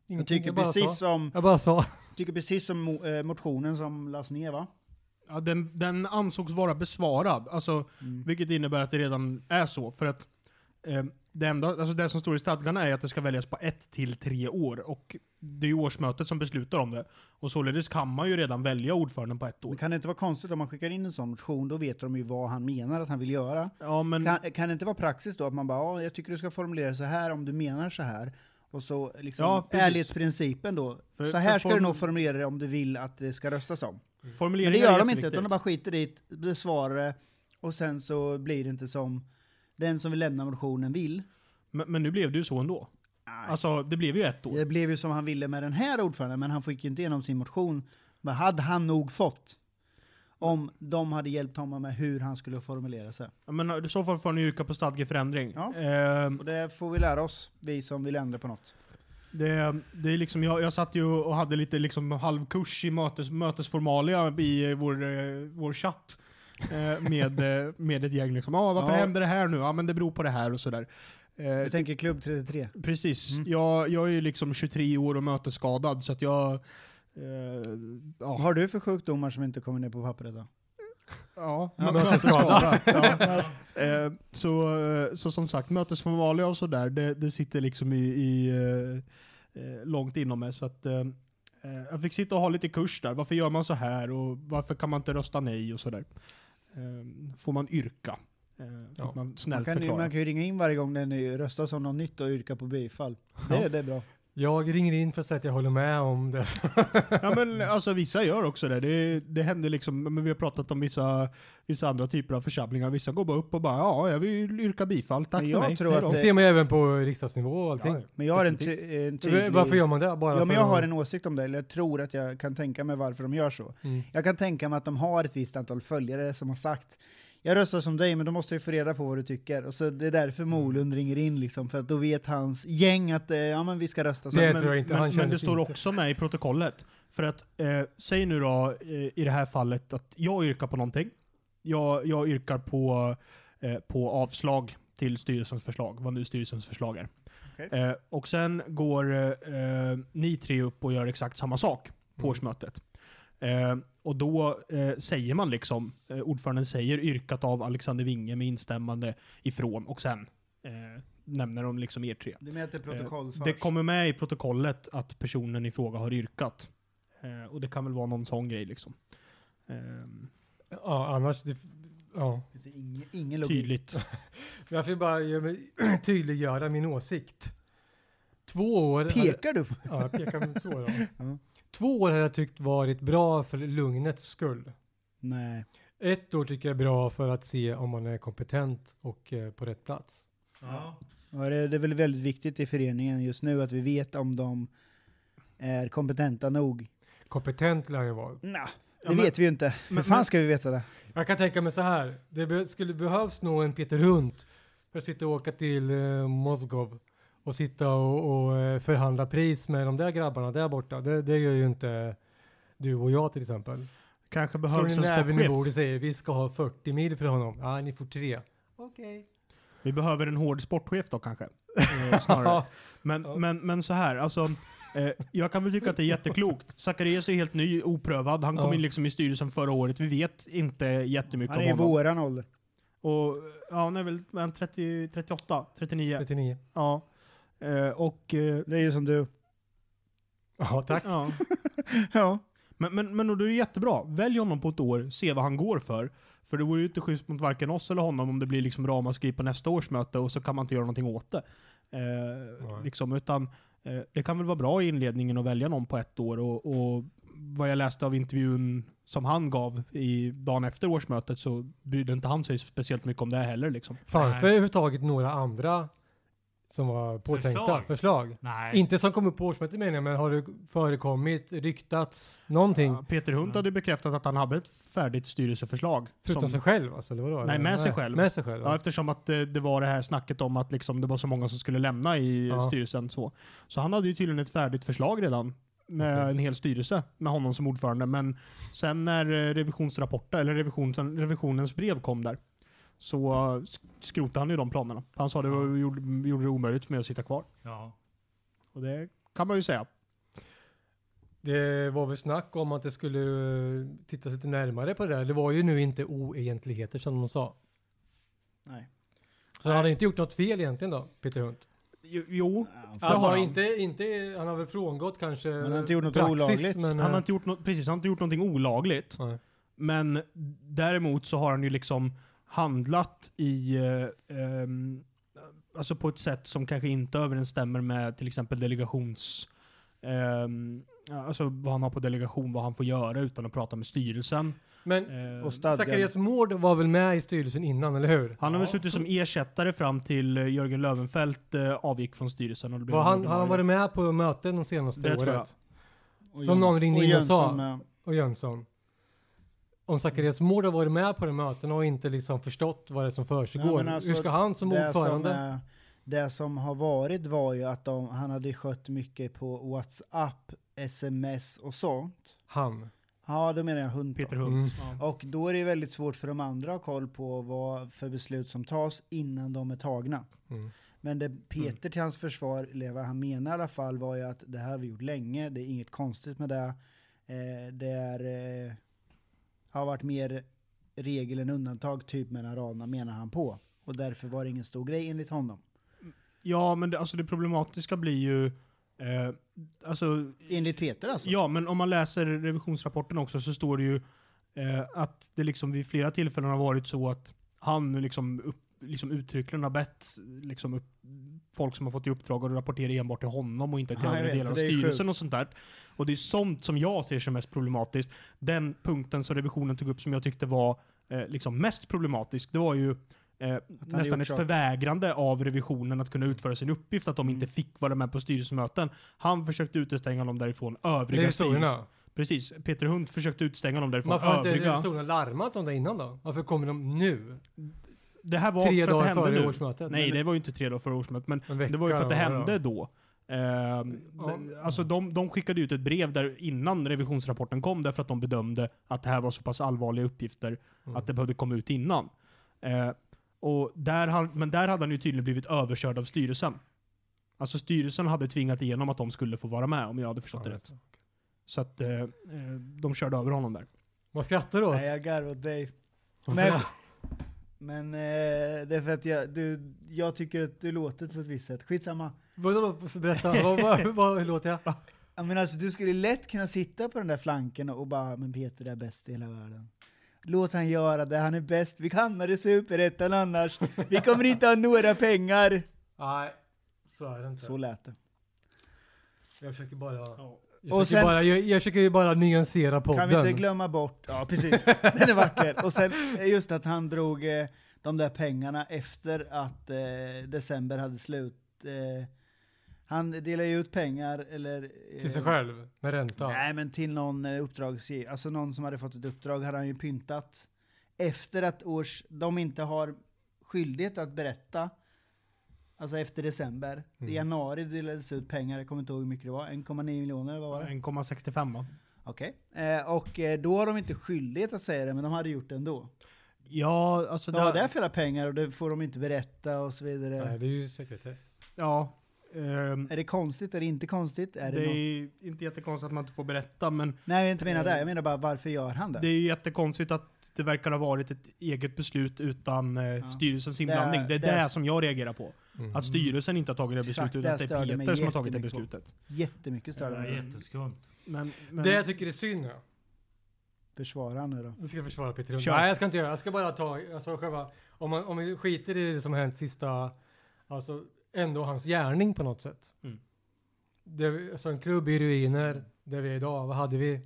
Ingenting, tycker Mm, bara precis sa. som, Jag bara sa. tycker precis som mo- eh, motionen som lades ner va? Ja, den, den ansågs vara besvarad, alltså, Mm. vilket innebär att det redan är så. För att eh, det, enda, alltså det som står i stadgarna är att det ska väljas på ett till tre år. Och det är ju årsmötet som beslutar om det. Och således kan man ju redan välja ordföranden på ett Men år. kan det inte vara konstigt om man skickar in en sån motion, då vet de ju vad han menar att han vill göra. Ja, men, Kan, kan det inte vara praxis då att man bara, ja, jag tycker du ska formulera så här om du menar så här. Och så liksom Ja, precis. ärlighetsprincipen då. För- så här för ska form- du nog formulera det om du vill att det ska röstas om. Men det formuleringar gör är de inte, utan de jätteviktigt. bara skiter dit, besvarar det och sen så blir det inte som den som vill lämna motionen vill. Men, men nu blev det ju så ändå. Alltså, det blev ju ett år. Det blev ju som han ville med den här ordföranden, men han fick ju inte igenom sin motion. Men hade han nog fått om de hade hjälpt honom med hur han skulle formulera sig. Men i så fall får ni yrka på stadgeförändring. Ja. Ehm, Och det får vi lära oss, vi som vill ändra på något. Det, det är liksom, jag, jag satt ju och hade lite liksom halvkurs i mötes, mötesformalia i eh, vår, eh, vår chatt eh, med, eh, med ett gäng. Liksom, ah, varför Ja. händer det här nu? Ja, men det beror på det här och sådär. Eh, Jag tänker klubb 33. precis. Mm. Jag, jag är ju liksom 23 år och mötesskadad så att jag... Eh, ja, Har du för sjukdomar som inte kommer ner på pappret då? ja, Ja, mö- mötesskadad. ja. Eh, så, eh, så som sagt, mötesformalia och sådär, det, det sitter liksom i, i, eh, eh, långt inom mig. Så att, eh, eh, jag fick sitta och ha lite kurs där. Varför gör man så här och varför kan man inte rösta nej och sådär. Eh, får man yrka? Eh, fick Ja. man Man snällt kan, ju, förklara. man kan ju ringa in varje gång det är ny- röstas om något nytt och yrka på bifall. Det, det är bra. Jag ringer in för att säga att jag håller med om det. Ja men alltså vissa gör också det. Det, det händer liksom, men vi har pratat om vissa, vissa andra typer av församlingar. Vissa går bara upp och bara ja, jag vill yrka bifall, tack Men för jag mig. tror Hej att då. Det ser man ju även på riksdagsnivå och allting. Ja, ja. Men jag har en, Definitivt. ty, en Varför- tydlig... Varför gör man det? Bara Ja, men för jag att- har en åsikt om det, eller jag tror att jag kan tänka mig varför de gör så. Mm. Jag kan tänka mig att de har ett visst antal följare som har sagt jag röstar som dig, men då måste vi få reda på vad du tycker. Och så det är därför Mm. Molund ringer in, liksom, för att då vet hans gäng att eh, ja, men vi ska rösta så. Det men, tror jag inte. men, han men det kändes står inte. också med i protokollet. För att, eh, säg nu då eh, i det här fallet att jag yrkar på någonting. Jag, jag yrkar på, eh, på avslag till styrelsens förslag, vad nu styrelsens förslag är. Okej. Eh, och sen går eh, eh, ni tre upp och gör exakt samma sak på Mm. årsmötet. Eh, och då eh, säger man liksom, eh, ordföranden säger yrkat av Alexander Winge med instämmande ifrån och sen eh, nämner de liksom er tre. Du menar Eh, att det är protokoll Det först? kommer med i protokollet att personen i fråga har yrkat. Eh, och det kan väl vara någon sån grej liksom. Ehm, Ja, annars... Det, ja. Det finns ingen, ingen logik. tydligt. Men Jag får bara göra mig- tydliggöra min åsikt. Två år... Pekar du på Ja, jag pekar med så då. Ja. Två år hade jag tyckt varit bra för lugnets skull. Nej. Ett år tycker jag är bra för att se om man är kompetent och eh, på rätt plats. Ja. Och det, det är väl väldigt viktigt i föreningen just nu att vi vet om de är kompetenta nog. Kompetent lär jag vara. Nå, det Ja, men- vet vi ju inte. Hur men- fan men- ska vi veta det? Jag kan tänka mig så här. Det be- skulle behövs nog en Peter Hunt för att sitta och åka till eh, Moskov och sitta och, och eh, förhandla pris med de där grabbarna där borta. Det, det gör ju inte du och jag till exempel. Kanske Slår behövs ni en näven i bordet sportchef. och säger vi ska ha 40 mil för honom. Ja, ni får tre. Okej. Vi behöver en hård sportchef då kanske. Eh, snarare. Men, Ja. men, men så här, alltså. Eh, jag kan väl tycka att det är jätteklokt. Zacharias är helt ny, oprövad. Han kom Ja. in liksom i styrelsen förra året. Vi vet inte jättemycket Han om är i honom. våran ålder. Och, ja, han är väl men 30, 38, 39. 39. Ja. Eh, och... Eh, Det är ju som du. Ja, tack. ja. Ja. Men, men, men då är det jättebra. Välj honom på ett år, se vad han går för. För det vore ju inte schysst mot varken oss eller honom om det blir liksom ramaskri på nästa årsmöte och så kan man inte göra någonting åt det. Eh, Nej. liksom, utan, eh, det kan väl vara bra i inledningen att välja någon på ett år. Och, och vad jag läste av intervjun som han gav i dagen efter årsmötet så brydde inte han sig speciellt mycket om det här heller. Liksom. Fanns det överhuvudtaget några andra som var påtänkta Förslag. förslag? Nej. Inte som kommer på årsmötet menar jag, men har det förekommit, ryktats, någonting? Ja, Peter Hunt hade ju bekräftat att han hade ett färdigt styrelseförslag. Förutom som- sig själv alltså, eller vadå? Nej, med sig själv. Med sig själv? Ja, Ja. eftersom att det, det var det här snacket om att liksom det var så många som skulle lämna i Ja. styrelsen. Så. så han hade ju tydligen ett färdigt förslag redan med Okej. en hel styrelse med honom som ordförande. Men sen när eh, revisionsrapporten, eller revisionen, revisionens brev kom där så eh, sk- skrotade han ju de planerna. Han sa det var, gjorde, gjorde det omöjligt för mig att sitta kvar. Ja. Och det kan man ju säga. Det var väl snack om att det skulle eh, tittas lite närmare på det där. Det var ju nu inte oegentligheter som de sa. Nej. Så han har inte gjort något fel egentligen då, Peter Hunt? Jo, Jo, Ja, Alltså har han. Inte, inte, han har väl frångått kanske han har inte gjort något olagligt. Men, han har eh, inte gjort, något, precis, han har inte gjort någonting olagligt. nej. Men däremot så har han ju liksom handlat i, eh, ehm, alltså på ett sätt som kanske inte överensstämmer med till exempel delegations, ehm, ja, alltså vad han har på delegation, vad han får göra utan att prata med styrelsen. Men Eh, Och stadgan. Zacharias Mård var väl med i styrelsen innan, eller hur? han har väl suttit som ersättare fram till eh, Jörgen Löwenfeldt eh, avgick från styrelsen. Och det blev Var en han, har ordinarie. han varit med på möten de senaste Det året? tror jag. Och Som någon Jöns- ringde in och Jönsson eh, sa. med. Och Jönsson? Om Zacharias Mm. Mård har varit med på de mötena och inte liksom förstått vad det är som Ja, försiggår, men alltså, hur ska han som det ordförande... Som, eh, det som har varit var ju att de, han hade skött mycket på WhatsApp, sms och sånt. Han. Ja, då menar jag hund. då. Peter Hult. Mm. Ja. Och då är det väldigt svårt för de andra att ha koll på vad för beslut som tas innan de är tagna. Mm. Men det Peter till hans försvar, eller vad han menar i alla fall, var ju att det här har vi gjort länge, det är inget konstigt med det. Eh, det är, eh, har varit mer regel än undantag, typ mellan raderna, menar han på. Och därför var det ingen stor grej enligt honom. Ja, men det, alltså det problematiska blir ju... Eh, alltså, Enligt Peter alltså? ja, men om man läser revisionsrapporten också så står det ju eh, att det liksom vid flera tillfällen har varit så att han liksom, upp, liksom uttryckligen har bett liksom upp, folk som har fått i uppdrag att rapportera enbart till honom och inte till Ja, jag andra vet, delar av det är styrelsen och sånt där. Och det är sånt som jag ser som mest problematiskt. Den punkten som revisionen tog upp som jag tyckte var eh, liksom mest problematisk, det var ju eh, hade gjort nästan ett saker. förvägrande av revisionen att kunna utföra sin uppgift, att de Mm. inte fick vara med på styrelsemöten. Han försökte utestänga dem därifrån, övriga styrelsen. Revisorerna. Precis, Peter Hunt försökte utestänga dem därifrån, Varför har inte övriga. revisorerna larmat om det innan då? Varför kommer de nu? Det här var Tre för att det dagar hände före nu. årsmötet? Nej, det var ju inte tre dagar före årsmötet, men En vecka det var ju för att det eller vad hände då. Ehm, Ja. Alltså de, de skickade ut ett brev där innan revisionsrapporten kom därför att de bedömde att det här var så pass allvarliga uppgifter Mm. att det behövde komma ut innan. Eh, och där han, men där hade han ju tydligen blivit överkörd av styrelsen. Alltså styrelsen hade tvingat igenom att de skulle få vara med om jag hade förstått det rätt. Så att eh, eh, de körde över honom där. Vad skrattar du åt? Nej, jag garvar åt dig. Varför Men, det? men eh, det är för att jag, du, jag tycker att du låter på ett visst sätt. Skitsamma. Vadå, berätta, vad, vad, vad, hur låter jag? Ja, men alltså, du skulle lätt kunna sitta på den där flanken och bara “men Peter är bäst i hela världen”. Låt han göra det, han är bäst. Vi hamnar i superettan annars. Vi kommer inte ha några pengar. Nej, så är det inte. Så lät det. Jag försöker bara... Jag försöker, sen- bara jag, jag försöker ju bara nyansera podden. Kan vi inte glömma bort, ja precis, den är vacker. Och sen eh, just att han drog eh, de där pengarna efter att eh, december hade slut. Eh, han delade ju ut pengar, eller... Eh, Till sig själv, med ränta. Nej, men till någon eh, uppdragsgivare. Alltså någon som hade fått ett uppdrag hade han ju pyntat. Efter att års, de inte har skyldighet att berätta, alltså efter december. I januari delades ut pengar, jag kommer inte ihåg hur mycket det var, 1,9 miljoner eller vad var det? 1,65 va? Okej. Eh, och eh, då har de inte skyldighet att säga det, men de hade gjort det ändå. Ja, alltså... De har därför alla pengar och det får de inte berätta och så vidare. Nej, det är ju sekretess. ja, ehm, Är det konstigt? Är det inte konstigt? Är det det någon... är inte jättekonstigt att man inte får berätta, men Nej, jag inte menar det. Jag menar bara, varför gör han det? Det är ju jättekonstigt att det verkar ha varit ett eget beslut utan eh, styrelsens inblandning. Det är det, det är- som jag reagerar på. Att styrelsen inte har tagit det beslutet Exakt, utan det att det störde är mig Peter som har tagit det jättemycket på. beslutet. Jättemycket större. Det är än vad jätteskumt. Men, men, Det jag tycker är synd ja. Försvarar han nu då? Du ska försvara Peter Lundberg. Kör. Nej, jag ska inte göra Jag ska bara ta, alltså själva, om, man, om vi skiter i det som hänt sista, alltså ändå hans gärning på något sätt. Mm. Det, alltså en klubb i ruiner, där vi är idag, vad hade vi?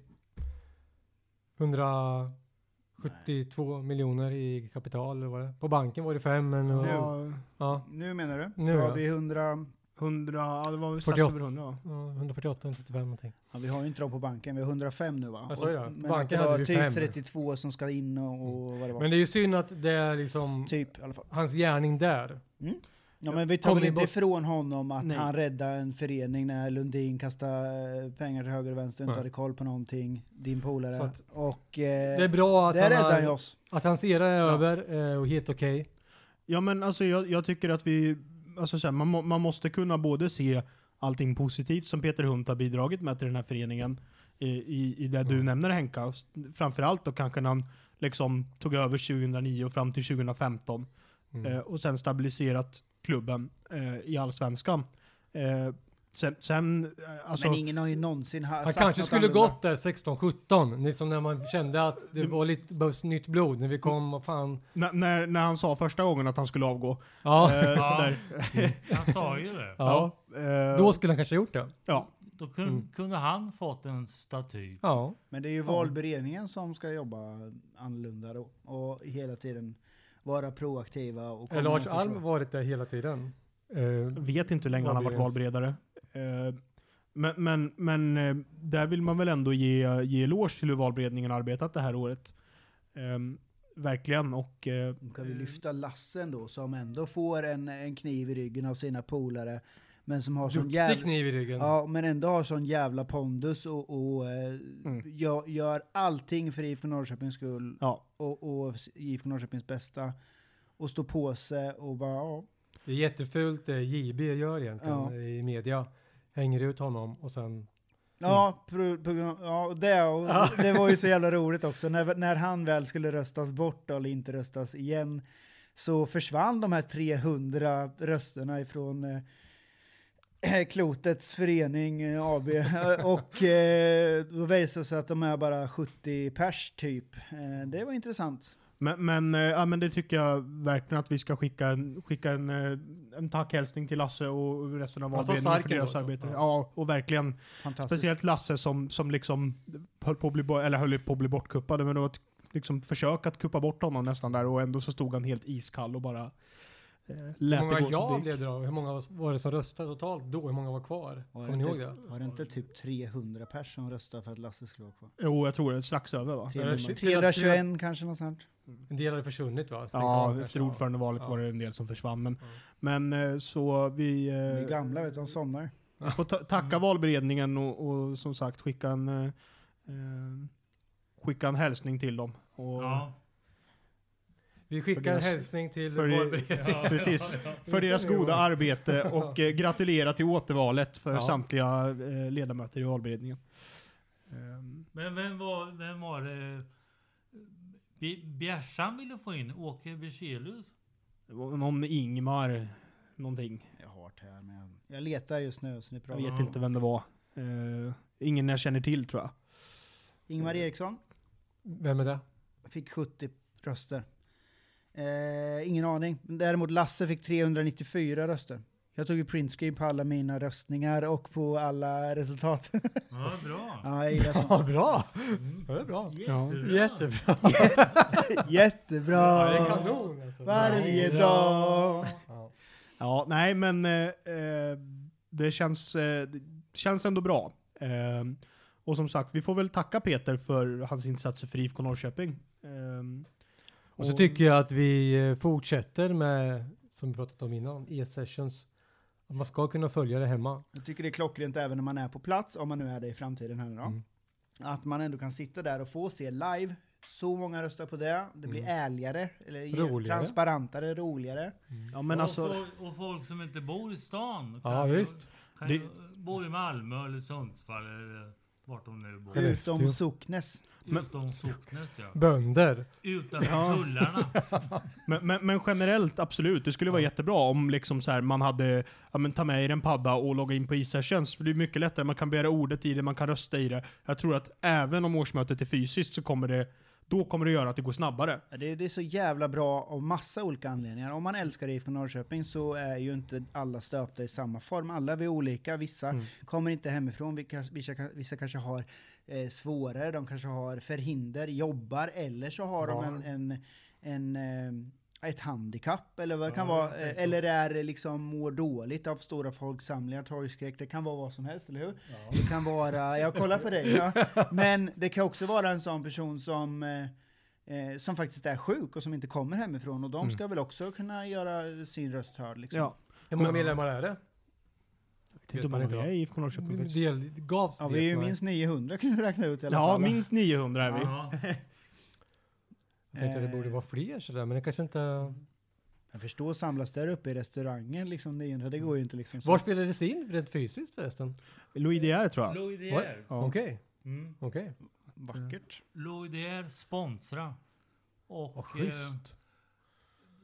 172 miljoner i kapital eller vad det På banken var det fem, men... Ja. ja, ja. Nu menar du? Nu, Nu ja. ja. vi 100... 100, ja, det var väl strax 48. över 100 va? 148, 135 någonting. Ja, vi har ju inte dem på banken, vi har 105 nu va? Jag sa ju det. Och- Men Alltså, Banken att det hade var vi typ fem. Mm. 32 som ska in och, och vad det var. Men det är ju synd att det är liksom typ i alla fall. hans gärning där. Ja men vi tar Kom väl in inte bort- ifrån honom att Nej. han räddade en förening när Lundin kastade eh, pengar till höger och vänster och inte Nej. hade koll på någonting. Din polare. Så att- och eh, Det är bra att, där han räddade han ju har, oss. att hans era är över eh, och helt okej. Ja men alltså jag, jag tycker att vi, alltså så här, man, må- man måste kunna både se allting positivt som Peter Hunt har bidragit med till den här föreningen i, i, i det du nämner Henka. S- Framförallt då kanske när han liksom tog över 2009 och fram till 2015. Mm. eh, och sen stabiliserat klubben eh, i allsvenskan. Eh, sen, sen eh, alltså, men ingen har ju någonsin ha, Han sagt kanske något skulle annorlunda. gått där 16-17, liksom när man kände att det var lite behövs nytt blod när vi kom och fan. n- när, när han sa första gången att han skulle avgå. Ja, Eh, Ja. där, Han sa ju det. ja. ja, eh, Då skulle han kanske ha gjort det. ja. Då kunde, Mm. kunde han fått en staty. Ja. Men det är ju valberedningen som ska jobba annorlunda då. Och hela tiden vara proaktiva. Och Har komma Eh, Lars med förslag. Alm varit där hela tiden? Eh, Vet inte hur länge han har varit valberedare. Eh, Men, men, men eh, där vill man väl ändå ge, ge eloge till hur valberedningen har arbetat det här året. Eh, Verkligen. Och eh, Nu kan vi Mm. lyfta Lassen då, som ändå får en, en kniv i ryggen av sina polare. Men som har sån duktig jävla... kniv i ryggen. Ja, men ändå har sån jävla pondus och, och eh, Mm. gör, gör allting för IFK Norrköpings skull ja, och, och IFK Norrköpings bästa. Och står på sig och bara, ja. Det är jättefult det JB gör egentligen Ja. i media. Hänger ut honom och sen... Ja, Mm. pro, på grund av- ja och det, och det var ju så jävla roligt också. När, när han väl skulle röstas bort eller inte röstas igen så försvann de här 300 rösterna ifrån eh, Klotets förening eh, AB. Eh, Och eh, då visade det sig att de är bara 70 pers typ. Eh, det var intressant. Men, men, eh, ja, men det tycker jag verkligen att vi ska skicka en, skicka en, eh, en tackhälsning till Lasse och resten av Fast valberedningen han för stark deras ändå, så. arbete. Ja, och verkligen. Fantastiskt. Speciellt Lasse som, som liksom höll på att bli, bo- eller höll på att bli bortkuppad. Men det var ett liksom, försök att kuppa bort honom nästan där och ändå så stod han helt iskall och bara eh, lät Hur många det gå ja som det blev gick. det då? Hur många var det som röstade totalt då? Hur många var kvar? Var Kommer ni inte- ihåg det? Var det inte typ 300 pers som röstade för att Lasse skulle vara kvar? Jo, jag tror det. Strax över va? 300. shit, 321 kanske något sånt. En del hade försvunnit va? Stängt av Ja, kanske, efter ja. ordförandevalet Ja. var det en del som försvann. Men, Ja. men eh, så vi... eh, De är gamla vet du, de somnar. Vi får ta tacka Mm. valberedningen och, och som sagt skicka en, eh, eh, skicka en hälsning till dem. Och Ja. Vi skickar en deras- hälsning till för- valberedningen. Precis, för Inte deras nu, goda va? arbete och eh, gratulera till återvalet för Ja. samtliga eh, ledamöter i valberedningen. Ehm, Men vem var, vem var det? Bi- Bjärsan ville få in Åke Berzelius. det var någon Ingmar någonting. Jag har det här men jag- jag letar just nu så ni Jag pratar. vet inte vem det var. Eh, ingen jag känner till tror jag. Ingmar Eriksson Vem är det? fick 70 röster. Eh, ingen aning. Men Däremot Lasse fick 394 röster. Jag tog ju printscreen på alla mina röstningar och på alla resultat. Ja, bra. ja, jag gillar sånt. Ja, bra! Mm. Ja, Det är bra. Jättebra. Jättebra. Jättebra! Ja, det är kanon alltså. Varje Ja. dag! Ja. Ja, nej men eh, eh, det känns, eh, det känns ändå bra. Eh, och som sagt, vi får väl tacka Peter för hans insatser för IFK Norrköping. Eh, Och så tycker jag att vi eh, fortsätter med, som vi pratat om innan, e-sessions. Att man ska kunna följa det hemma. Jag tycker det är klockrent även när man är på plats, om man nu är det i framtiden här nu då. Mm. Att man ändå kan sitta där och få se live. Så många röstar på det. Det blir ärligare, eller Roligare. transparentare, roligare. Ja, men och, alltså, folk, och folk som inte bor i stan. Ja, ju- visst. Kan Det- ju, bor i Malmö eller Sundsvall eller vart de nu bor. Skellefteå. Utom Socknes. Utom Socknes ja. Bönder. Utanför Ja. tullarna. men, men, men generellt, absolut. Det skulle vara jättebra om liksom så här, man hade, ja, men, ta med er en padda och logga in på e-sessions. För det är mycket lättare, man kan begära ordet i det, man kan rösta i det. Jag tror att även om årsmötet är fysiskt så kommer det, då kommer det göra att det går snabbare. Ja, Det, det är så jävla bra av massa olika anledningar. Om man älskar IFK Norrköping så är ju inte alla stöpta i samma form. Alla vi är olika, vissa kommer inte hemifrån, vi kanske- vissa, kan- vissa kanske har eh, svårare, de kanske har förhinder, jobbar, eller så har de en, en, en eh, ett handikapp eller vad det kan vara, eh, eller är det liksom mår dåligt av stora folksamlingar, torgskräck, det kan vara vad som helst, eller hur? Det kan vara, jag kollar på dig, ja. men det kan också vara en sån person som eh, eh, som faktiskt är sjuk och som inte kommer hemifrån och de ska väl också kunna göra sin röst hörd. Liksom. Mm. Ja. Hur många medlemmar är det? Vet man inte i IFK Norrköping faktiskt. Del, gavs Ja, det? vi är ju Nej. minst 900 kan vi räkna ut i alla Ja, fall. minst 900 är vi. Ja. Jag tänkte att det borde eh, vara fler sådär, men det kanske Mm. inte... Jag förstår, samlas där uppe i restaurangen liksom 900, Mm. det går ju inte liksom. Så. Var spelades det in rent fysiskt förresten? Louis De Geer, tror jag. Loidier. Ja. Okej, Mm. okej. Vackert. Loidier sponsra. Och Vad eh, schysst.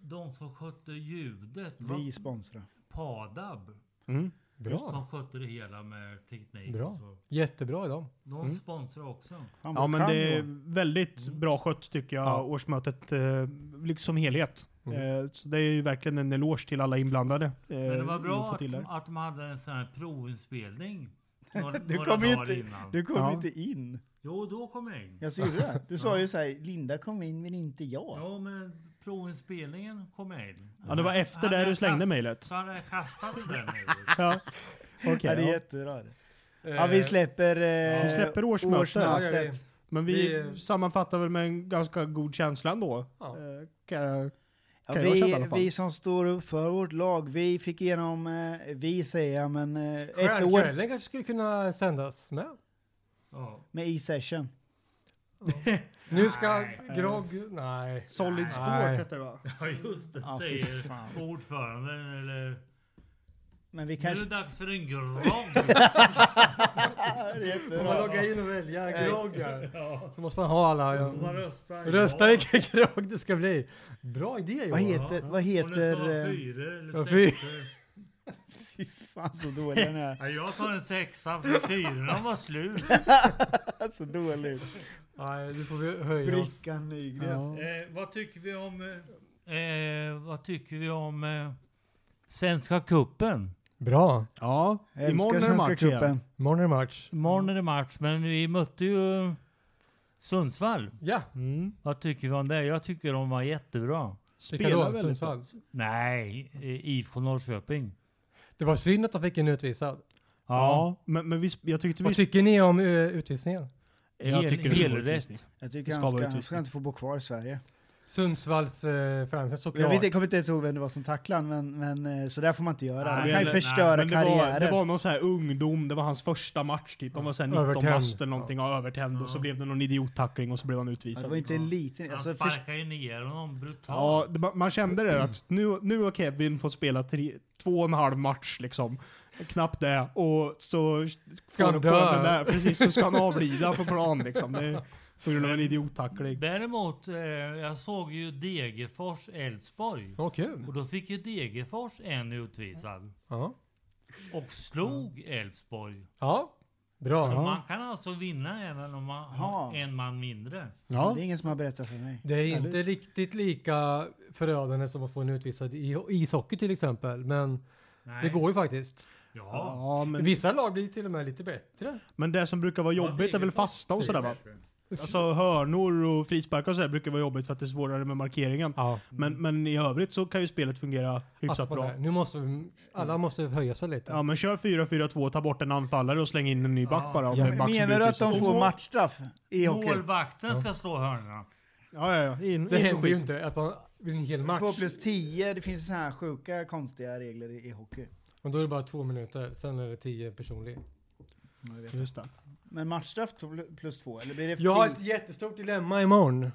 de som skötte ljudet Vi var sponsrar. Padab. Mm. Bra. Som skötte det hela med teknik. Bra. Och så. Jättebra idag. De Mm. sponsrar också. Fan, Ja, vad men kan det vi är vara. väldigt bra skött tycker jag, Ja. årsmötet eh, liksom som helhet. Mm. Eh, så det är ju verkligen en eloge till alla inblandade. eh, Men det var att bra få att, till det här. att de hade en sån här provinspelning. Några, Du några kom ju dagar inte- innan. Du kom Ja. inte in. Jo, då kom jag in. Jag ser ju det. Du sa ju så här, Linda kom in men inte jag. Ja, men provinspelningen kom jag in. Ja, det var efter det du slängde mejlet. Så hade jag kastat den mejlet. Ja. Ja, Okej, det är ja. jättebra. det. Ja, vi släpper, eh, Vi släpper årsmötet. Ja, det gör vi. årsmötet. Men vi Vi- sammanfattar väl med en ganska god känsla ändå. Ja. Eh, kan jag- Ja, Kan jag känna i vi, alla fall. vi som står upp för vårt lag, vi fick igenom, eh, vi säger jag, men eh, ett Kvällen- år Kvällen kanske skulle kunna sändas med. Ja. med e-session. Nu ska Nej. grogg... Nej. Solid Sport Nej. heter det va? ja, just det, Ja, fy säger fan. ordföranden. Eller, Men vi Nu är kanske... det dags för en grogg. Om man loggar in och väljer grogg här, ja. så måste man ha alla... Då får Ja. man rösta. Rösta Ja. vilken grogg det ska bli. Bra idé Vad heter... Johan. Vad Om det ska vara heter... eh, fyra eller Ja, fy- sexor. Fy fan så dålig den är. Ja, jag tar en sexa för fyrorna var slut. Så dålig. Nej, nu får vi höja oss. Brickan Nygren. Eh, vad tycker vi om... eh, Eh, vad tycker vi om eh, Svenska Kuppen? Bra. Ja, Jag imorgon älskar är det Svenska match igen. cupen. Imorgon är det match. Imorgon är det match, men vi mötte ju eh, Sundsvall. Ja, Mm. Vad tycker vi om det? Jag tycker de var jättebra. vilka Spelar då? väldigt bra. Sundsvall. Nej, eh, IFK Norrköping. Det var synd att de fick en utvisad. Ja, men, men vi, sp- jag tyckte vi... Vad tycker ni om eh, utvisningen? jag Hel- tycker det ska vara helrätt. utvisning. Jag tycker Ska han vara ska, han ska utvisning. inte få bo kvar i Sverige. Sundsvalls eh, fansen Jag, såklart. vet, inte- jag kommer inte ens ihåg vem det var som tacklade han, men, men eh, så där får man inte göra. Nej, Man kan ju men- förstöra Men det var, karriären. det var någon så här ungdom, det var hans första match typ. Han var såhär 19 Övertänd. bast eller någonting, ja. övertänd. Och så blev det någon idiottackling och så blev han Ja, utvisad. det var inte en liten... Han Alltså, sparkade först, ju ner honom Ja, brutalt. det, man- man kände det att nu, nu har Kevin fått spela tre, två och en halv match liksom. Knappt det. Och så Ska han får dö? får den Där. Precis, så ska han avlida på plan liksom. Det är på grund av en idiottackling. Däremot, eh, jag såg ju Degerfors-Elfsborg. Vad kul. Och då fick ju Degerfors en utvisad. Ja. Och slog Elfsborg. ja, bra. Så Man kan alltså vinna även om man har Ja. en man mindre. Det är ingen som har berättat för mig. Det är inte riktigt lika förödande som att få en utvisad i ishockey till exempel. Men Nej. det går ju faktiskt. Ja. Ja, men, Vissa lag blir till och med lite bättre. men det som brukar vara jobbigt är väl fasta och sådär va? Alltså hörnor och frisparkar och sådär brukar vara jobbigt för att det är svårare med markeringen. Ja. Men, men i övrigt så kan ju spelet fungera hyfsat Att man bra. där. Nu måste vi, alla måste höja sig lite. Ja men kör 4-4-2, ta bort en anfallare och släng in en ny back bara. om det är liksom. en back som Menar du blir att de utvisad. får matchstraff i hockey? Målvakten ska slå hörnorna. Ja, ja, ja. In, det in på händer ju skiten. inte att man blir en hel match. 2 plus 10, det finns sådana här sjuka konstiga regler i, i hockey. Men då är det bara två minuter, sen är det tio personlig. Just det. Men matchstraff to- plus 2, eller blir det Jag har tio? ett jättestort dilemma imorgon.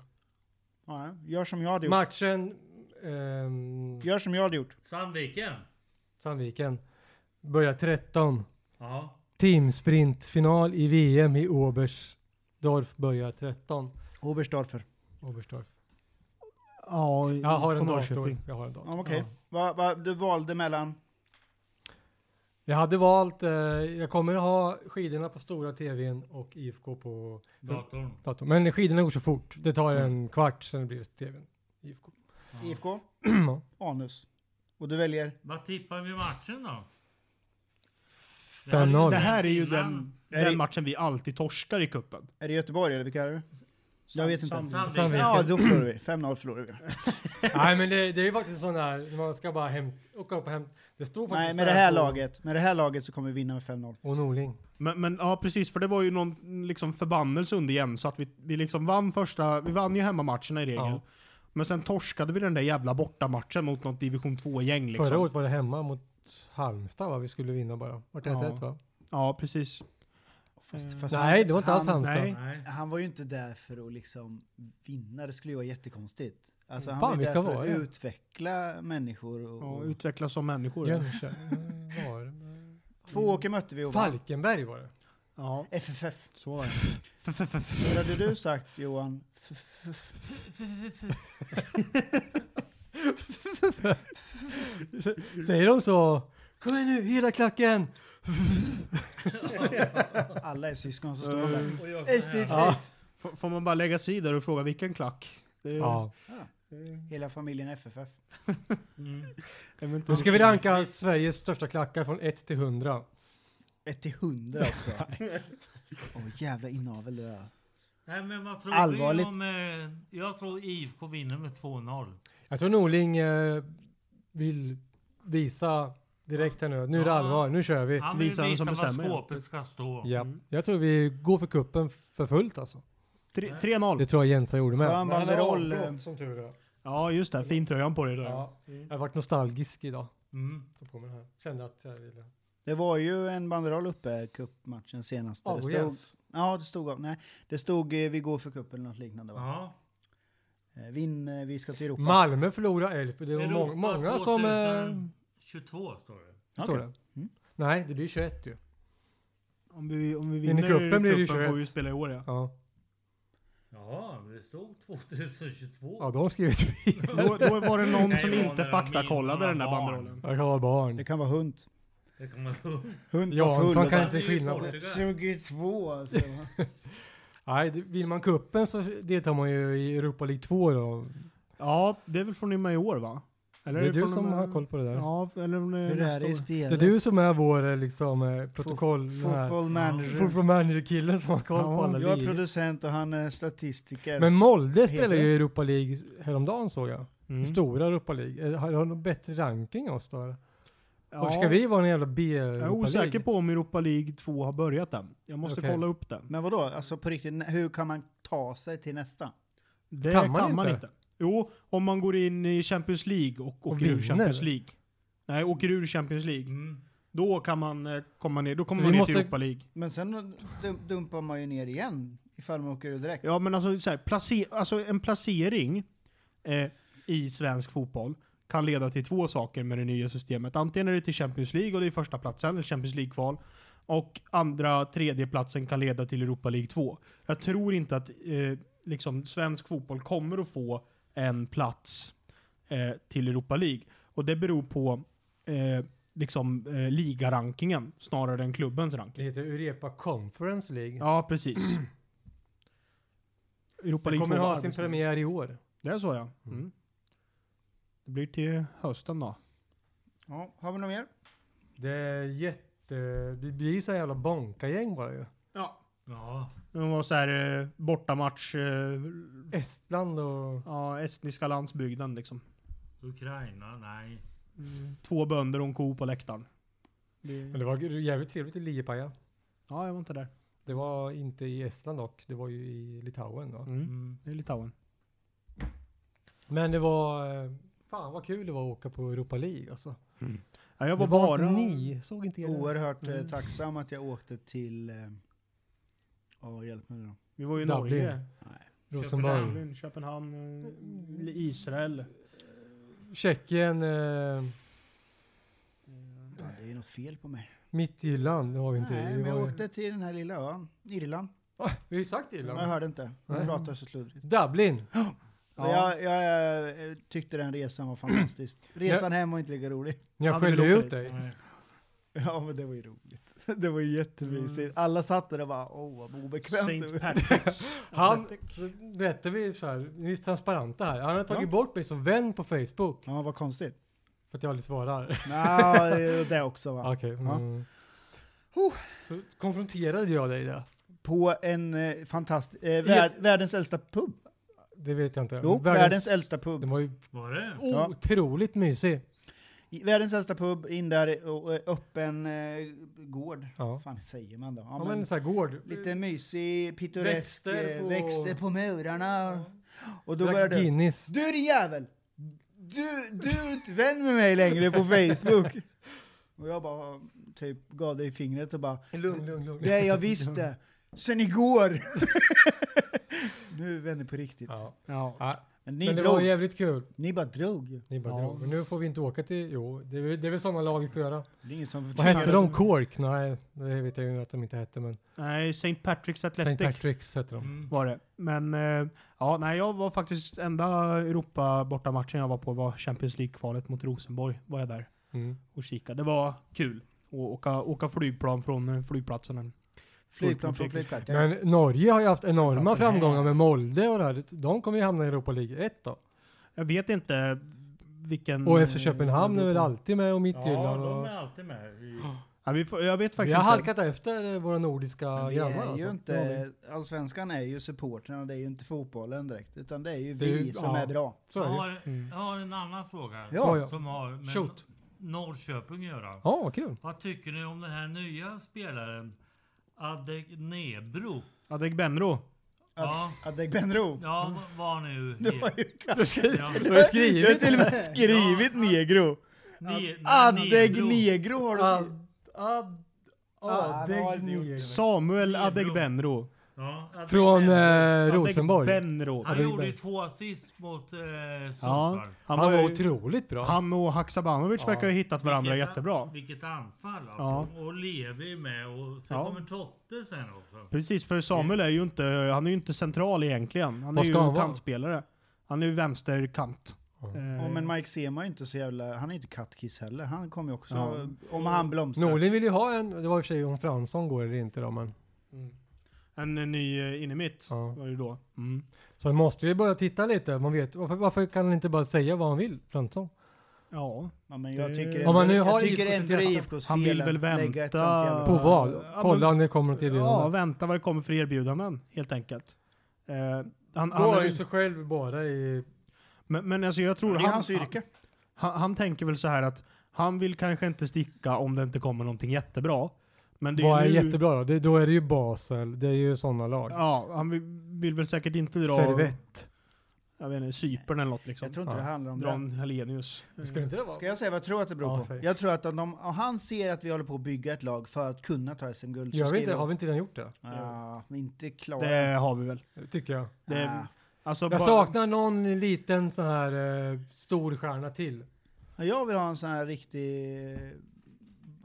Ja, gör som jag hade gjort. Matchen ehm, Gör som jag hade gjort. Sandviken. Sandviken börjar 13. Ja. Teamsprintfinal i VM i Oberstdorf börjar 13. Oberstdorfer. Oberstdorf. Ja, Jag har en från dator. Jag har en dator. Ja, Okej, Va- va- du valde mellan... Jag hade valt, eh, jag kommer ha skidorna på stora tvn och IFK på Datorn. datorn. Men skidorna går så fort. Det tar en kvart, sen blir det tvn. IFK. IFK, Ja. Anus. Och du väljer? Vad tippar vi matchen då? Fem-noll. Det här är ju den, Innan- Är det- den matchen vi alltid torskar i kuppen. Är det Göteborg eller vilka är det? Jag vet inte. Sandviken. Sandviken. Sandviken. Ja, då förlorar vi. 5-0 förlorar vi. Nej men det, det är ju faktiskt sån där, man ska bara hem, åka upp och hem. Det står faktiskt Nej, med det här på- laget, med det här laget så kommer vi vinna med 5-0. Och Norling. Men, men ja, precis. För det var ju någon liksom, förbannelse under igen. Så att vi, vi liksom vann första... Vi vann ju hemmamatcherna i regel. Ja. Men sen torskade vi den där jävla bortamatchen mot något division 2-gäng liksom. Förra året var det hemma mot Halmstad va? Vi skulle vinna bara. Vart det Ja. 1-1 va? Ja, precis. Fast, fast Nej, det var inte alls han. Halmstad. nej. Nej. Han var ju inte där för att liksom vinna, det skulle ju vara jättekonstigt. Alltså han Mm. Fan, var ju där vilka för var att det? utveckla människor. Och, Ja, och utvecklas som människor. Jönköping var Två åker mötte vi och vann. Falkenberg var det. Ja, FFF. så var det. Hur hade du sagt Johan? Säger de så? Kom igen nu, hela klacken! Alla är syskon så står de där. Och jag- FFF. F- får man bara lägga sig i där och fråga vilken klack? Det är Ja. Hela familjen FFF. Mm. Nu eventuellt- ska vi ranka Sveriges största klackar från 1 till 100. Ett till hundra också. Åh jävla inavel du är. Nej, men vad tror Allvarligt. Allvarligt. Om, eh, jag tror IFK vinner med 2-0. Jag tror Norling eh, vill visa direkt här nu. Nu är det Ja. allvar, nu kör vi. Han vill Visa visa, vem som var bestämmer, ja. skåpet ska stå. Ja. Jag tror vi går för kuppen för fullt alltså. Tre- 3-0. Det tror jag Jensa gjorde med. Skön banderoll. eh, som tur är. Ja, just det. Fin tröjan på dig där. Ja. Jag har varit nostalgisk idag. Mm. Tog på mig den här. Kände att jag ville... Det var ju en banderoll uppe i cupmatchen senast. där det Oh, stod, yes. Ja, det stod, nej, det stod eh, vi går för cup eller något liknande va? Ja. Eh, Vinn, eh, vi ska till Europa. Malmö förlorade Elfsborg. Det var Europa många, många som... Eh, 2022 står det. står Okej. det. Nej, det blir 21 ju. Om vi, om vi Vinner vinner cupen blir det får 21. vi ju spela i år ja. Ja, Jaha, men det stod 2022. ja de har skrivit fel. Då, då var det någon Nej, som det var inte när de faktakollade vinner den där barn. banderollen. Jag kan vara barn. Det kan vara hund. Det kan man tro. Hund var full. Jansson kan Han inte är ju skilja på... borta. 22 alltså. Nej, det- vill man kuppen så deltar man ju i Europa League 2 då. Ja, det är väl från och med i år va? Det Eller är du från och som med- har koll på det där. Ja, eller om det är Hur är nästa det i år. Det är spelet? du som är vår eh, liksom eh, protokoll... den här- Football manager. Football manager-killen som har koll på Ja, alla Jag är ligor. producent och han är statistiker. Men Molde Heter spelar ju det? i Europa League häromdagen såg jag. Mm. Stora Europa League. Eh, Har har de bättre ranking än oss då? eller? Ja, Varför Mm. ska vi vara en jävla b Jag är osäker på om Europa League 2 har börjat än. Jag måste Okej. kolla upp det. Men vadå, alltså på riktigt, n- hur kan man ta sig till nästa? Det Kan man inte? Jo, om man går in i Champions League och, åker ur vinner. Champions League. Nej, åker ur Champions League. Mm. Då kan man eh, komma ner. Då kommer Så man vi ner till måste- Europa League. Men sen dum- dumpar man ju ner igen ifall man åker ur direkt. Ja, men alltså, så här, place- alltså en placering eh, i svensk fotboll kan leda till två saker med det nya systemet. Antingen är det till Champions League och det är första platsen, eller Champions League-kval. Och andra, tredje platsen kan leda till Europa League 2. Jag tror inte att eh, liksom, svensk fotboll kommer att få en plats eh, till Europa League. Och det beror på eh, liksom, eh, ligarankingen snarare än klubbens Det ranking. heter Urepa Conference League. Ja, precis. Europa Den League 2 kommer var ha sin arbetsdag. premiär i år. Det är så ja. Mm. Det blir till hösten då. Ja, har vi något mer? Det är jätte... Det blir ju så här jävla bonkagäng bara ju. Ja. Ja. Det var så här eh, bortamatch, eh, Estland och... ja, estniska landsbygden liksom. Ukraina, nej. Två bönder och en ko på läktaren. Men Mm. det var jävligt trevligt i Liepaja. Ja, jag var inte där. Det var inte i Estland dock, det var ju i Litauen då. Mm. Mm. Det är Litauen. Men det var... eh, Fan vad kul det var att åka på Europa League alltså. Ja, jag det var, var bara... inte ni, såg inte er Oerhört eh, Mm. tacksam att jag åkte till... eh, Ja, hjälp mig nu då. Vi var ju i Dublin. Norge. Rosenborg. Dublin, Köpenhamn, eh, Israel. Tjeckien, eh, Ja, det är något fel på mig. mitt i land, det har vi inte. Nej, vi men jag var- åkte till den här lilla ön, Irland. Ah, vi har ju sagt Men Irland. jag hörde inte. Jag Nej. pratar så sluddrigt. Dublin. Ja. Jag, jag eh, tyckte den resan var fantastisk. Resan hem var inte lika rolig. Jag Hade vi skällde åkt ut dit? dig. Ja, men det var ju roligt. Det var ju jättemysigt. Alla satt där och bara, åh vad obekvämt. det Saint var." Patrick's. Han, så berättar vi så här, vi är transparenta här. Han har tagit Ja. bort mig som vän på Facebook. Ja, vad konstigt. För att jag aldrig svarar. Ja, det- det också va. Okej. mm. Huh. Så konfronterade jag dig där. På en eh, fantastisk, eh, värld, världens äldsta pub. Det vet jag inte. Jo, världens, äldsta Den pub. var ju Var det? Ja. otroligt mysig. I- Världens äldsta pub, in där och eh, öppen eh, gård. Ja. Vad fan säger man då? Ja, Ja, men, men så här gård. lite mysig, pittoresk, Växter växter på, på- växter på murarna. Och då Drack började du. Guinness. Du din jävel! Du, du är inte vän med mig längre på Facebook. Och jag bara typ gav dig fingret och bara Lugn, lugn, lugn. Nej, jag visste. Sen igår. nu är vänner på riktigt. Ja. Ja. Ja, Men ni men det drog. var jävligt kul. Ni bara drog ju. Ni bara Ja. drog. Men nu får vi inte åka till... Jo, det är, väl- det är väl sådana lag vi får göra. Det liksom. är ingen som Vad hette de? Cork? Nej, det vet jag ju att de inte hette, men Nej, St. Patrick's St. Athletic. Patrick's hette de. Mm. var det. Men eh, ja, nej, jag var faktiskt enda Europa bortamatchen jag var på var Champions League-kvalet mot Rosenborg. Var jag där Mm. och kika. Det var kul att åka, åka flygplan från eh, flygplatsen. Flygplan från flygplats. Ja. Men Norge har ju haft enorma Alltså, framgångar med Molde och det här. De kommer ju hamna i Europa League 1 då. Mm. Jag vet inte vilken... Och FC eh, Köpenhamn är väl alltid med och Ja, Midtjylland de och... är alltid med. I, Ja, vi får, jag vet Vi faktiskt har inte. halkat efter eh, våra nordiska Men det grannar. är ju Alltså. Det har vi. inte, allsvenskan är ju supportrarna, det är ju inte fotbollen direkt. Utan det är ju Det är vi ju- som ja. är bra. Så Jag är det ju. har, jag har en annan fråga. Ja. Så, ja. Som har med Shoot. Norrköping att göra. Ja, vad kul. Vad tycker ni om den här nya spelaren? Adegnebro? Adegbenro. Ja, Adegbenro. ja v- vad nu Du har ju Du skri- Ja. du har du har skrivit. till och med skrivit Ja. negro. Ne- Nebro. Adegnegro har du skrivit. Ad... Ad... Ah, det har inte gjort. Adegnier. Samuel Benro. Adegbenro. Ja, Adegnebro. Från eh, Rosenborg. Adegbenro. Han gjorde ju Adegnebro. två assist mot eh, Ja, Sundsvall. han, Han var var ju, otroligt bra. han och Haksabanovic Ja. verkar ha hittat varandra Vilket- jättebra. Vilket anfall alltså. Ja. Och Levi med och sen Ja. kommer Totte sen också. Precis, för Samuel är ju inte, han är ju inte central egentligen. Han är Vad ju ska han vara? kantspelare. Han är ju vänsterkant. Ja. Eh, Ja, men Mike Sema är inte så jävla, han är inte kattkiss heller. Han kommer ju också, Ja. om han blomstrar. Norlin vill ju ha en, det var i och för sig om Fransson går eller inte då, men. En eh, ny eh, innermitt Ja. var det ju då. Mm. Så vi måste ju börja titta lite. Man vet, varför, varför kan han inte bara säga vad han vill, Fransson? Ja. Ja, men jag Det- tycker Om ändå, man nu jag har tycker IFK ändå det är IFKs Han fel vill väl att lägga ett vänta sånt jävla- På Ja, vad? men- Kolla när det kommer till ja, erbjudande. vänta vad det kommer för erbjudanden helt enkelt. Eh, han, han Då är är väl- ju sig själv bara i... men, men alltså jag tror Det är han, hans han, yrke. han, han tänker väl så här att han vill kanske inte sticka om det inte kommer någonting jättebra. Men det är, Vad är ju nu, jättebra då? Det, då är det ju Basel, det är ju sådana lag. Ja, han vill, vill väl säkert inte dra Servett. jag vet inte, Cypern eller något liksom. Jag tror inte Ja. det handlar om Dra det. en Hellenius. Skulle inte det vara? Ska jag säga vad jag tror att det beror Ja, på? säg. Jag tror att om, de, om han ser att vi håller på att bygga ett lag för att kunna ta SM-guld så Gör vi inte, skriver har vi inte redan gjort det? Ja, men inte klara. Det har vi väl. Tycker jag. det- Ah. Alltså, bara- Jag saknar någon liten sån här eh, stor stjärna till. Ja, Jag vill ha en sån här riktig eh,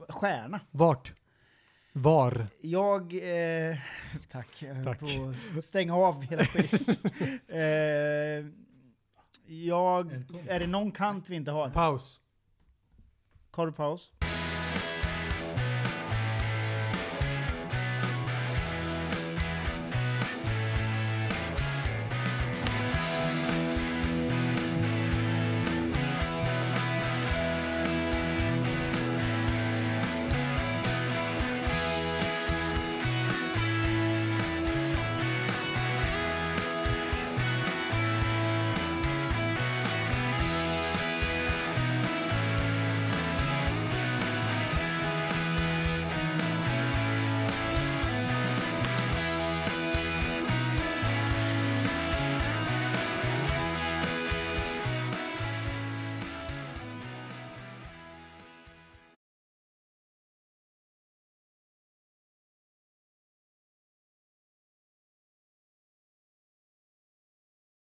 stjärna. Vart? Var? Jag... Eh, tack. jag höll Tack. På, att stänga av hela skiten. eh, jag... En tom. Är det någon kant vi inte har? Paus. Korvpaus.